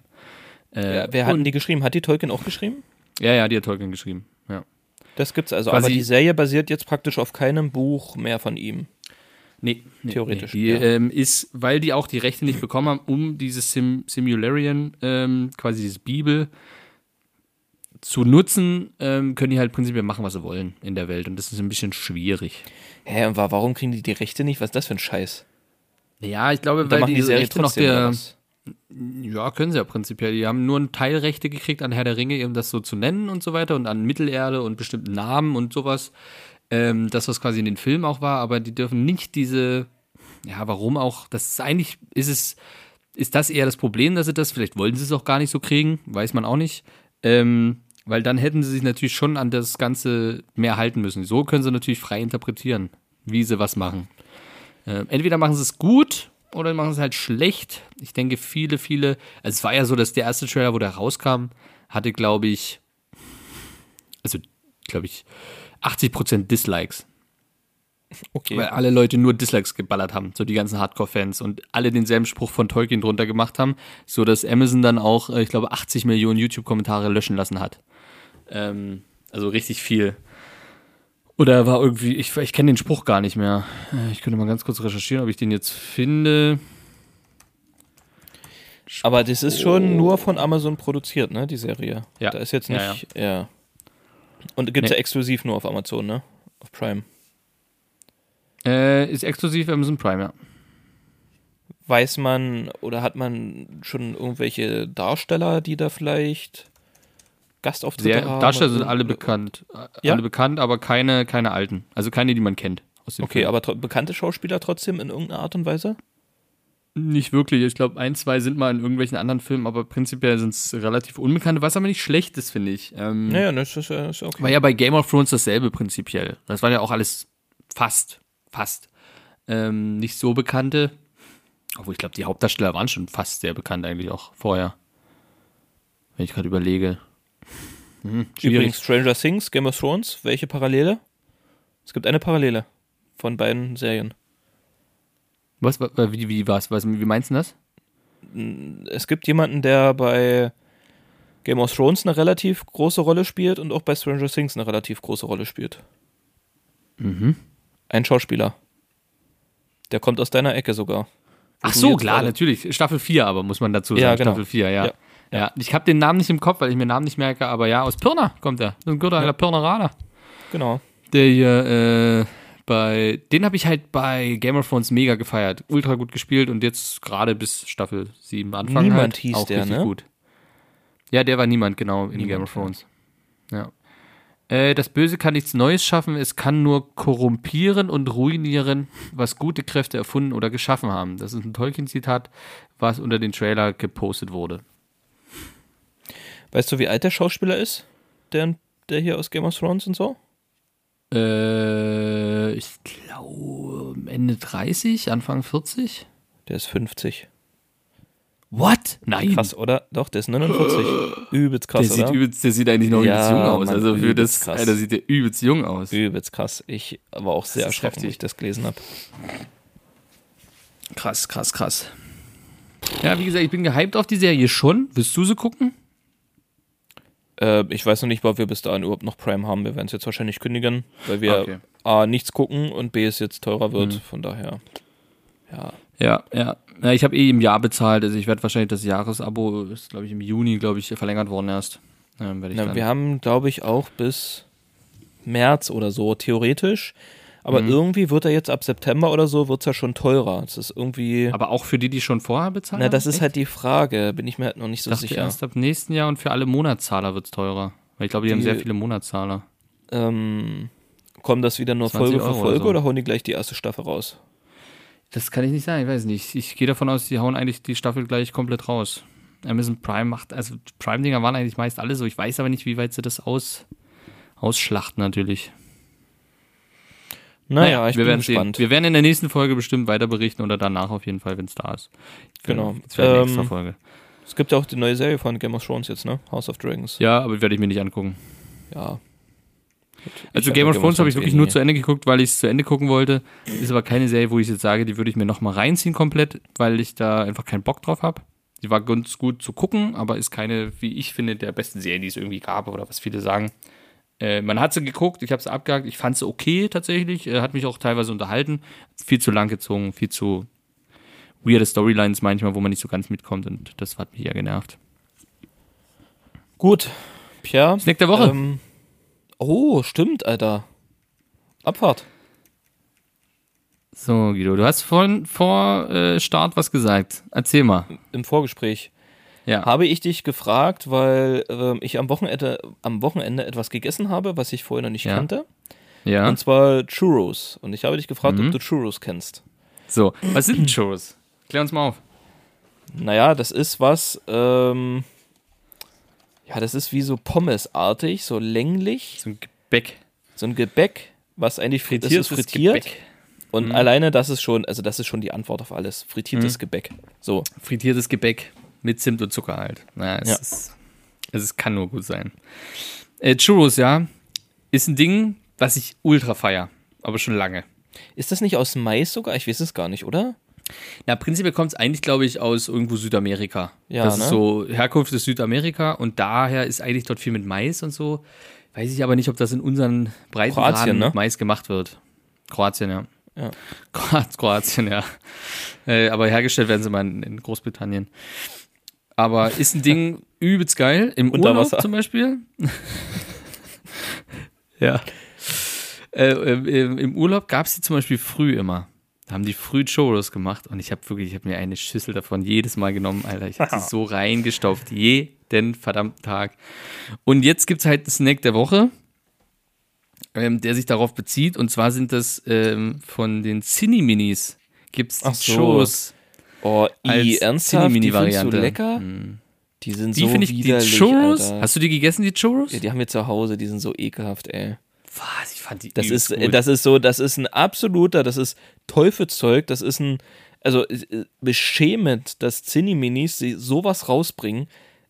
C: Äh,
D: Ja, wer hat denn die geschrieben? Hat die Tolkien auch geschrieben?
C: ja, ja, die hat Tolkien geschrieben. Ja.
D: Das gibt's also.
C: Quasi-
D: aber die Serie basiert jetzt praktisch auf keinem Buch mehr von ihm.
C: Nee, nee
D: Theoretisch,
C: Nee. Die
D: ja.
C: ähm, ist, weil die auch die Rechte nicht bekommen haben, um dieses Sim Simularian, ähm, quasi diese Bibel zu nutzen, ähm, können die halt prinzipiell machen, was sie wollen in der Welt. Und das ist ein bisschen schwierig.
D: Hä, und wa- warum kriegen die die Rechte nicht? Was ist das für ein Scheiß?
C: Ja, ich glaube,
D: Und dann
C: weil
D: machen
C: die,
D: die, Serie
C: Rechte noch
D: trotzdem
C: der.
D: oder was?
C: Ja, können sie ja prinzipiell. Die haben nur einen Teilrechte gekriegt an Herr der Ringe, eben das so zu nennen und so weiter und an Mittelerde und bestimmten Namen und sowas. Ähm, das, was quasi in den Filmen auch war, aber die dürfen nicht diese, ja, warum auch, das ist eigentlich, ist es, ist das eher das Problem, dass sie das, vielleicht wollten sie es auch gar nicht so kriegen, weiß man auch nicht. Ähm, weil dann hätten sie sich natürlich schon an das Ganze mehr halten müssen. So können sie natürlich frei interpretieren, wie sie was machen. Ähm, entweder machen sie es gut oder machen es halt schlecht. Ich denke, viele, viele. Also es war ja so, dass der erste Trailer, wo der rauskam, hatte, glaube ich, also, glaube ich, 80% Dislikes.
D: Okay.
C: Weil alle Leute nur Dislikes geballert haben, so die ganzen Hardcore-Fans und alle denselben Spruch von Tolkien drunter gemacht haben, so dass Amazon dann auch, äh, ich glaube, 80 Millionen YouTube-Kommentare löschen lassen hat. Ähm, also richtig viel. Oder war irgendwie, ich, ich kenne den Spruch gar nicht mehr. Äh, Ich könnte mal ganz kurz recherchieren, ob ich den jetzt finde.
D: Aber das ist schon nur von Amazon produziert, ne, die Serie.
C: Oh. Ja.
D: Da ist jetzt
C: Ja,
D: nicht, ja. Und gibt's
C: Nee.
D: ja exklusiv nur auf Amazon, ne? Auf Prime.
C: Äh, ist exklusiv Amazon Prime, ja.
D: Weiß man oder hat man schon irgendwelche Darsteller, die da vielleicht Gastauftritte
C: Sehr,
D: haben?
C: Darsteller sind
D: Oder-
C: alle bekannt. Äh,
D: Ja?
C: Alle bekannt, aber keine, keine alten. Also keine, die man kennt. Aus dem
D: Okay,
C: Film.
D: aber tro- bekannte Schauspieler trotzdem in irgendeiner Art und Weise?
C: Nicht wirklich. Ich glaube, ein, zwei sind mal in irgendwelchen anderen Filmen, aber prinzipiell sind es relativ unbekannte, was aber nicht schlecht ist, finde ich. Ähm,
D: Naja, ne, das ist, ja- ist ja okay.
C: War ja bei Game of Thrones dasselbe prinzipiell. Das waren ja auch alles fast, fast ähm, nicht so bekannte. Obwohl ich glaube, die Hauptdarsteller waren schon fast sehr bekannt eigentlich auch vorher. Wenn ich gerade überlege. Hm, schwierig.
D: Übrigens Stranger Things, Game of Thrones, welche Parallele? Es gibt eine Parallele von beiden Serien.
C: Was, wa- wa- wie, wie war's? Was, wie meinst du das?
D: Es gibt jemanden, der bei Game of Thrones eine relativ große Rolle spielt und auch bei Stranger Things eine relativ große Rolle spielt.
C: Mhm.
D: Ein Schauspieler. Der kommt aus deiner Ecke sogar.
C: Ach
D: Wo du
C: so,
D: jetzt
C: klar,
D: gerade-
C: natürlich. Staffel 4 aber, muss man dazu sagen.
D: Ja, genau.
C: Staffel 4, ja.
D: Ja,
C: ja. ich habe den Namen nicht im Kopf, weil ich mir den Namen nicht merke, aber ja, aus Pirna kommt er. So ein Gürtel, ja. Pirneraner.
D: Genau.
C: Der hier, äh, bei, den habe ich halt bei Game of Thrones mega gefeiert. Ultra gut gespielt und jetzt gerade bis Staffel 7 Anfang
D: Niemand
C: halt,
D: hieß
C: auch
D: der,
C: richtig
D: ne?
C: gut. Ja, der war niemand, genau, in Game of Thrones. Ja. Äh, das Böse kann nichts Neues schaffen, es kann nur korrumpieren und ruinieren, was gute Kräfte erfunden oder geschaffen haben. Das ist ein Tolkien-Zitat, was unter den Trailer gepostet wurde.
D: Weißt du, wie alt der Schauspieler ist? Der, der hier aus Game of Thrones und so?
C: Äh, ich glaube, Ende 30, Anfang 40?
D: Der ist 50.
C: What? Nein.
D: Krass, oder? Doch, der ist 49. Übelst krass,
C: der, sieht
D: oder?
C: übelst, der sieht eigentlich noch
D: Ja,
C: übelst jung aus.
D: Mann,
C: also für
D: übelst
C: das
D: krass.
C: Alter sieht der übelst jung aus.
D: Übelst krass. Ich war auch sehr
C: Das ist
D: erschrocken, als
C: heftig.
D: ich das gelesen habe.
C: Krass, krass, krass. Ja, wie gesagt, ich bin gehypt auf die Serie schon. Willst du sie gucken?
D: Äh, ich weiß noch nicht, ob wir bis dahin überhaupt noch Prime haben. Wir werden es jetzt wahrscheinlich kündigen, weil wir
C: Okay. Mhm.
D: A, nichts gucken und B, es jetzt teurer wird. Von daher.
C: Ja, ja. ja ich habe eh im Jahr bezahlt, also ich werde wahrscheinlich das Jahresabo, ist glaube ich im Juni, glaube ich, verlängert worden erst. Ähm, werd ich
D: Na,
C: dann-
D: wir haben, glaube ich, auch bis März oder so, theoretisch.
C: Mhm.
D: Aber irgendwie wird er jetzt ab September oder so, wird es ja schon teurer. Es ist irgendwie.
C: Aber auch für die, die schon vorher bezahlt
D: na, das
C: haben?
D: ist halt die Frage. Bin ich mir halt noch nicht so
C: Dachte ich
D: sicher.
C: erst ab nächsten Jahr und für alle Monatszahler wird es teurer. Weil ich glaube, die, haben
D: Die-
C: sehr viele Monatszahler.
D: Ähm, kommen das wieder nur
C: 20
D: Folge für
C: Euro
D: Folge
C: oder
D: oder,
C: so.
D: hauen die gleich die erste Staffel raus?
C: Das kann ich nicht sagen, ich weiß nicht. Ich gehe davon aus, die hauen eigentlich die Staffel gleich komplett raus. Amazon Prime macht, also die Prime-Dinger waren eigentlich meist alle so. Ich weiß aber nicht, wie weit sie das aus, ausschlachten natürlich.
D: Naja, ich
C: wir
D: bin
C: werden
D: gespannt.
C: Sehen. Wir werden in der nächsten Folge bestimmt weiter berichten oder danach auf jeden Fall, wenn es da ist.
D: Genau.
C: Das wäre eine
D: Ähm,
C: extra Folge.
D: Es gibt ja auch die neue Serie von Game of Thrones jetzt, ne? House of Dragons.
C: Ja, aber werde ich mir nicht angucken.
D: Ja.
C: Also Game of Thrones habe ich wirklich
D: eh
C: nur
D: nie.
C: zu Ende geguckt, weil ich es zu Ende gucken wollte. Ist aber keine Serie, wo ich jetzt sage, die würde ich mir nochmal reinziehen komplett, weil ich da einfach keinen Bock drauf habe. Die war ganz gut zu gucken, aber ist keine, wie ich finde, der besten Serie, die es irgendwie gab oder was viele sagen. Äh, man hat sie geguckt, ich habe sie abgehakt, ich fand sie okay tatsächlich, äh, hat mich auch teilweise unterhalten. Viel zu lang gezogen, viel zu weirde Storylines manchmal, wo man nicht so ganz mitkommt und das hat mich ja genervt.
D: Gut. Pierre.
C: Snack der Woche.
D: Ähm, oh, stimmt, Alter. Abfahrt.
C: So, Guido, du hast vorhin vor äh, Start was gesagt. Erzähl mal.
D: Im Vorgespräch
C: Ja.
D: habe ich dich gefragt, weil ähm, ich am Wochenende, am Wochenende etwas gegessen habe, was ich vorher noch nicht
C: Ja.
D: kannte.
C: ja. Mhm.
D: Und zwar Churros. Und ich habe dich gefragt, ob du Churros kennst.
C: So, was sind denn Churros? Klär uns mal auf.
D: Naja, das ist was, ähm, ja, das ist wie so Pommes-artig, so länglich,
C: So ein Gebäck.
D: so ein Gebäck, was eigentlich fri- das ist
C: Frittiertes
D: frittiert.
C: Gebäck. Mhm.
D: Und alleine das ist schon, also das ist schon die Antwort auf alles. Frittiertes Gebäck. So.
C: Frittiertes Gebäck mit Zimt und Zucker halt. Na, es,
D: Ja.
C: ist, es ist, kann nur gut sein. Äh, Churros, ja, ist ein Ding, was ich ultra feier, aber schon lange.
D: Ist das nicht aus Mais sogar? Ich weiß es gar nicht, oder?
C: Na, prinzipiell kommt es eigentlich, glaube ich, aus irgendwo Südamerika.
D: Ja,
C: das
D: ne?
C: ist so Herkunft ist Südamerika und daher ist eigentlich dort viel mit Mais und so. Weiß ich aber nicht, ob das in unseren Breitengraden
D: Kroatien, ne?
C: mit Mais gemacht wird. Kroatien, ja.
D: Ja.
C: Kroat, Kroatien, ja. Äh, aber hergestellt werden sie mal in, in Großbritannien. Aber ist ein Ding übelst geil. Im
D: Unter
C: Urlaub
D: Wasser.
C: zum Beispiel. ja. Äh, äh, Im im Urlaub gab es die zum Beispiel früh immer. Da haben die früh Churros gemacht und ich habe wirklich, ich habe mir eine Schüssel davon jedes Mal genommen, Alter. Ich habe sie so reingestopft, jeden verdammten Tag. Und jetzt gibt es halt einen Snack der Woche, ähm, der sich darauf bezieht. Und zwar sind das ähm, von den Cine-Minis gibt es
D: Ach so.
C: Churros.
D: Oh, i,
C: Als
D: ernsthaft? Die findest du
C: Mini-Variante.
D: lecker? Die sind
C: Die
D: so
C: finde ich, die
D: widerlich,
C: Churros,
D: Alter.
C: hast du die gegessen, die Churros?
D: ja, die haben wir zu Hause, die sind so ekelhaft, ey.
C: Was, ich fand die
D: Das
C: übelst
D: ist, äh,
C: gut.
D: das ist so, das ist ein absoluter, das ist Teufelzeug, das ist ein, also äh, beschämend, dass Zinni-Minis sie sowas rausbringen.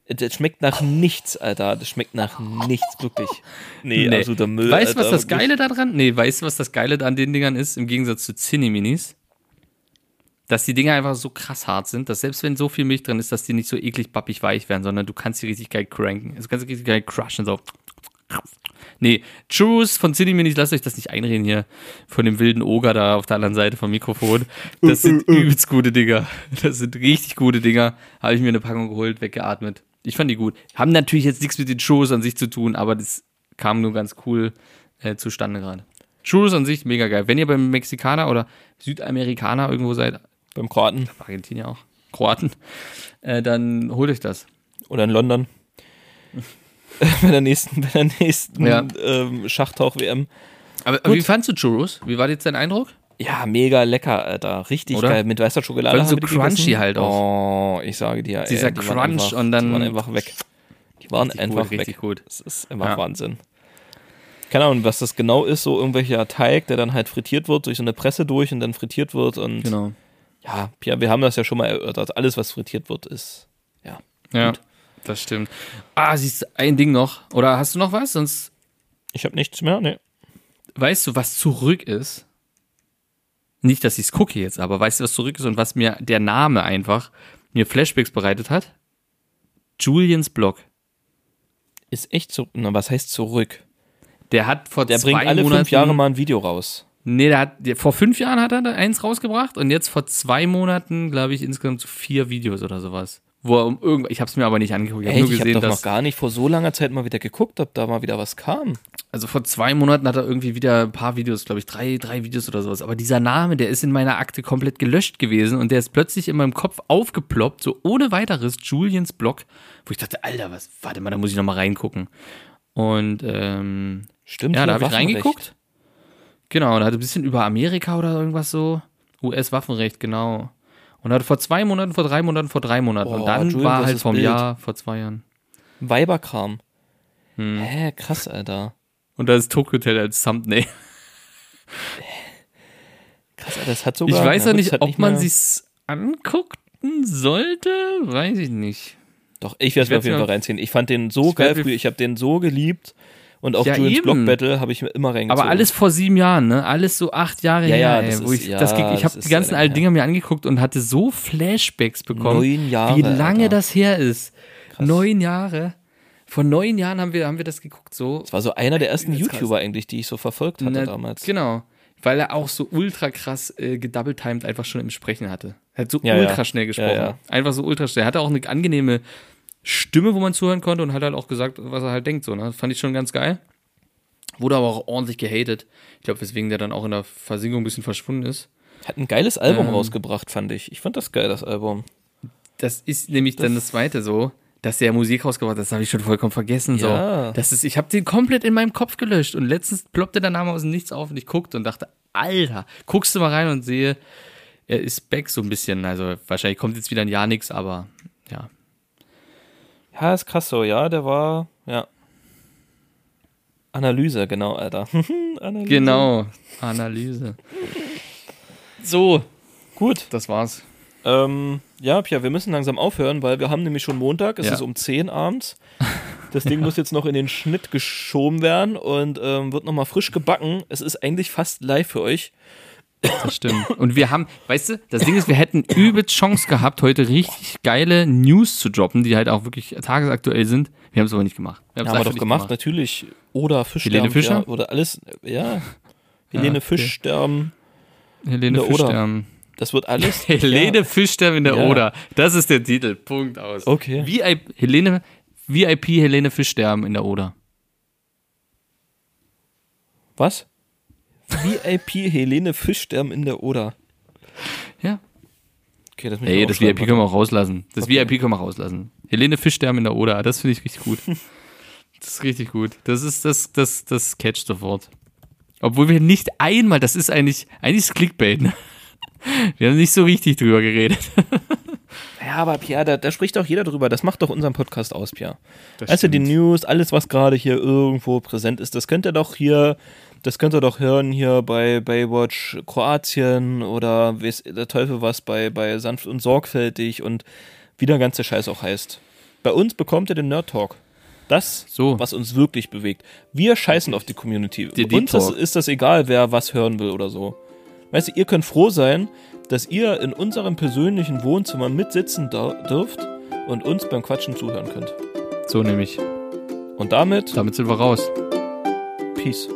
D: Das schmeckt nach nichts, Alter. Das schmeckt nach nichts, wirklich. Nee,
C: Nee.
D: absoluter Müll.
C: Weißt du, was
D: Alter,
C: das Geile daran? Nee, weißt du, was das Geile an den Dingern ist, im Gegensatz zu Zinni-Minis? Dass die Dinger einfach so krass hart sind, dass selbst wenn so viel Milch drin ist, dass die nicht so eklig pappig weich werden, sondern du kannst die richtig geil cranken. Du kannst die richtig geil crushen. So. Nee, Churros von Zinni-Minis, lasst euch das nicht einreden hier. Von dem wilden Oger da auf der anderen Seite vom Mikrofon. Das sind übelst gute Dinger. Das sind richtig gute Dinger. Habe ich mir eine Packung geholt, weggeatmet. Ich fand die gut. Haben natürlich jetzt nichts mit den Churros an sich zu tun, aber das kam nur ganz cool äh, zustande gerade. Churros an sich mega geil. Wenn ihr beim Mexikaner oder Südamerikaner irgendwo seid,
D: Beim Kroaten
C: Argentinier auch, Kroaten, äh, dann holt euch das.
D: oder in London. bei der nächsten, bei der nächsten
C: Ja.
D: ähm, Schachtauch-WM.
C: Aber wie fandst du Churros? Wie war jetzt dein Eindruck?
D: Ja, mega lecker, Alter. Richtig
C: Oder?
D: geil. Mit weißer Schokolade.
C: Weil so
D: haben wir die
C: crunchy
D: gegessen.
C: halt
D: Oh, ich sage dir.
C: Dieser
D: die waren
C: Crunch
D: einfach,
C: und dann-
D: Die waren einfach weg. Die waren
C: Richtig
D: einfach
C: gut, richtig
D: weg.
C: gut.
D: Das ist einfach
C: Ja.
D: Wahnsinn. Keine Ahnung, was das genau ist, so irgendwelcher Teig, der dann halt frittiert wird, durch so eine Presse durch und dann frittiert wird. Und
C: Genau.
D: ja, Pia, wir haben das ja schon mal erörtert. Alles, was frittiert wird, ist. Ja.
C: Ja,
D: Gut.
C: das stimmt. Ah, siehst du, ein Ding noch. Oder hast du noch was? Sonst
D: Ich habe nichts mehr, ne.
C: weißt du, was zurück ist. Nicht, dass ich es gucke jetzt, aber weißt du, was zurück ist und was mir der Name einfach mir Flashbacks bereitet hat? Julians Blog.
D: Ist echt zurück. Na, was heißt zurück?
C: Der hat vor
D: Der
C: zwei
D: bringt alle
C: Monaten,
D: fünf Jahre mal ein Video raus.
C: Nee, der hat, der, vor fünf Jahren hat er da eins rausgebracht und jetzt vor zwei Monaten, glaube ich, insgesamt so vier Videos oder sowas. Wo er um irgendwas, ich habe es mir aber nicht angeguckt, ich habe
D: Echt?
C: nur
D: ich habe
C: gesehen,
D: doch
C: dass,
D: noch gar nicht vor so langer Zeit mal wieder geguckt, ob da mal wieder was kam.
C: also vor zwei Monaten hat er irgendwie wieder ein paar Videos, glaube ich, drei, drei Videos oder sowas. Aber dieser Name, der ist in meiner Akte komplett gelöscht gewesen und der ist plötzlich in meinem Kopf aufgeploppt, so ohne weiteres, Julians Blog, wo ich dachte, Alter, was, warte mal, da muss ich nochmal reingucken. Und, ähm,
D: Stimmt,
C: ja, da
D: hier
C: habe ich
D: Waffenrecht.
C: reingeguckt. Genau, und hat ein bisschen über Amerika oder irgendwas so. US-Waffenrecht, genau. Und hat vor zwei Monaten, vor drei Monaten, vor drei Monaten. und
D: Boah,
C: dann
D: Julian
C: war
D: vs.
C: halt vom
D: Bild.
C: Jahr, vor zwei Jahren.
D: Weiberkram.
C: Hm.
D: Hä, krass, Alter.
C: Und da ist Tokyo Hotel als Thumbnail.
D: Krass, Alter, das hat
C: Ich
D: sogar.
C: weiß
D: na
C: ja
D: gut,
C: nicht,
D: es hat
C: ob man
D: halt mehr-
C: sich's angucken sollte. Weiß ich nicht.
D: Doch, ich werde es mir
C: werd
D: auf jeden
C: mir-
D: Fall reinziehen. Ich fand den so
C: Ich werd
D: geil
C: mir-
D: früher. Ich habe den so geliebt. Und auch
C: Ja,
D: Julians
C: eben.
D: Block Battle habe ich mir immer reingezogen.
C: Aber alles vor sieben Jahren, ne? Alles so acht Jahre
D: Ja, ja,
C: her.
D: das
C: ey, wo
D: ist-
C: ich
D: ja,
C: das, ge- ich
D: das
C: habe
D: ist
C: die ganzen
D: sehr
C: alten
D: lange
C: Dinger mir angeguckt und hatte so Flashbacks bekommen.
D: Neun Jahre,
C: Wie lange
D: Alter.
C: das her ist. Neun Jahre. Vor neun Jahren haben wir, haben wir das geguckt, so.
D: Das war so einer der ersten
C: Übelst krass.
D: YouTuber eigentlich, die ich so verfolgt hatte
C: Na,
D: damals.
C: Genau. Weil er auch so ultra krass äh, gedoubeltimed einfach schon im Sprechen hatte. Er hat so
D: Ja, ja.
C: ultra schnell gesprochen.
D: Ja, ja.
C: Einfach so ultra schnell. Er hatte auch eine angenehme Stimme, wo man zuhören konnte und hat halt auch gesagt, was er halt denkt. So, ne? Das fand ich schon ganz geil. Wurde aber auch ordentlich gehatet. Ich glaube, weswegen der dann auch in der Versinkung ein bisschen verschwunden ist.
D: Hat ein geiles Album
C: Ähm.
D: rausgebracht, fand ich. Ich fand das geil, das Album.
C: Das ist nämlich dann das Zweite so, dass der Musik rausgebracht hat. Das habe ich schon vollkommen vergessen.
D: Ja.
C: So. Das ist, ich habe den komplett in meinem Kopf gelöscht. Und letztens ploppte der Name aus dem Nichts auf und ich guckte und dachte, Alter, guckst du mal rein und sehe, er ist back so ein bisschen. Also wahrscheinlich kommt jetzt wieder ein Jahr nichts, aber ja.
D: Ja, ist krass so, ja, der war, ja. Analyse, genau, Alter. Analyse.
C: Genau, Analyse. So,
D: Gut.
C: das war's.
D: Ähm, ja, Pia, wir müssen langsam aufhören, weil wir haben nämlich schon Montag, es
C: Ja.
D: ist um 10 abends. Das Ding muss jetzt noch in den Schnitt geschoben werden und ähm, wird nochmal frisch gebacken. Es ist eigentlich fast live für euch.
C: Das stimmt. Und wir haben, weißt du, das Ding ist, wir hätten übel Chance gehabt, heute richtig geile News zu droppen, die halt auch wirklich tagesaktuell sind. Wir haben es aber nicht gemacht. Wir
D: haben wir
C: einfach
D: doch
C: nicht
D: gemacht, natürlich. Oder Fisch
C: Helene
D: sterben,
C: Fischer?
D: Ja, oder alles, ja. Helene
C: okay.
D: Fisch sterben.
C: Helene ähm,
D: In der Oder.
C: Fischsterben.
D: Das wird alles.
C: Helene Fischsterben in der
D: Ja.
C: Oder. Das ist der Titel. Punkt aus.
D: Okay.
C: VIP, Helene, VIP Helene Fischsterben in der Oder.
D: Was? VIP Helene Fisch sterben in der Oder.
C: Ja.
D: Okay, das muss ich
C: Ey,
D: mir
C: das
D: aufschreiben.
C: VIP können wir auch rauslassen. Das VIP können wir rauslassen. Helene Fischsterben in der Oder. Das finde ich richtig gut. das ist richtig gut. Das ist, das, das, das catcht sofort. Obwohl wir nicht einmal, das ist eigentlich, eigentlich ist Clickbait, ne? Wir haben nicht so richtig drüber geredet.
D: Ja, aber Pia, da, da spricht doch jeder drüber. Das macht doch unseren Podcast aus, Pia. Also die News, alles, was gerade hier irgendwo präsent ist, das könnt ihr doch hier, das könnt ihr doch hören hier bei Baywatch Kroatien oder weiß der Teufel was bei, bei Sanft und Sorgfältig und wie der ganze Scheiß auch heißt. Bei uns bekommt ihr den Nerd Talk. Das,
C: So.
D: was uns wirklich bewegt. Wir scheißen auf die Community.
C: Der Deep
D: uns ist,
C: Talk.
D: ist das egal, wer was hören will oder so. Weißt du, ihr könnt froh sein, dass ihr in unserem persönlichen Wohnzimmer mitsitzen da- dürft und uns beim Quatschen zuhören könnt.
C: So nämlich.
D: Und damit,
C: Damit sind wir raus.
D: Peace.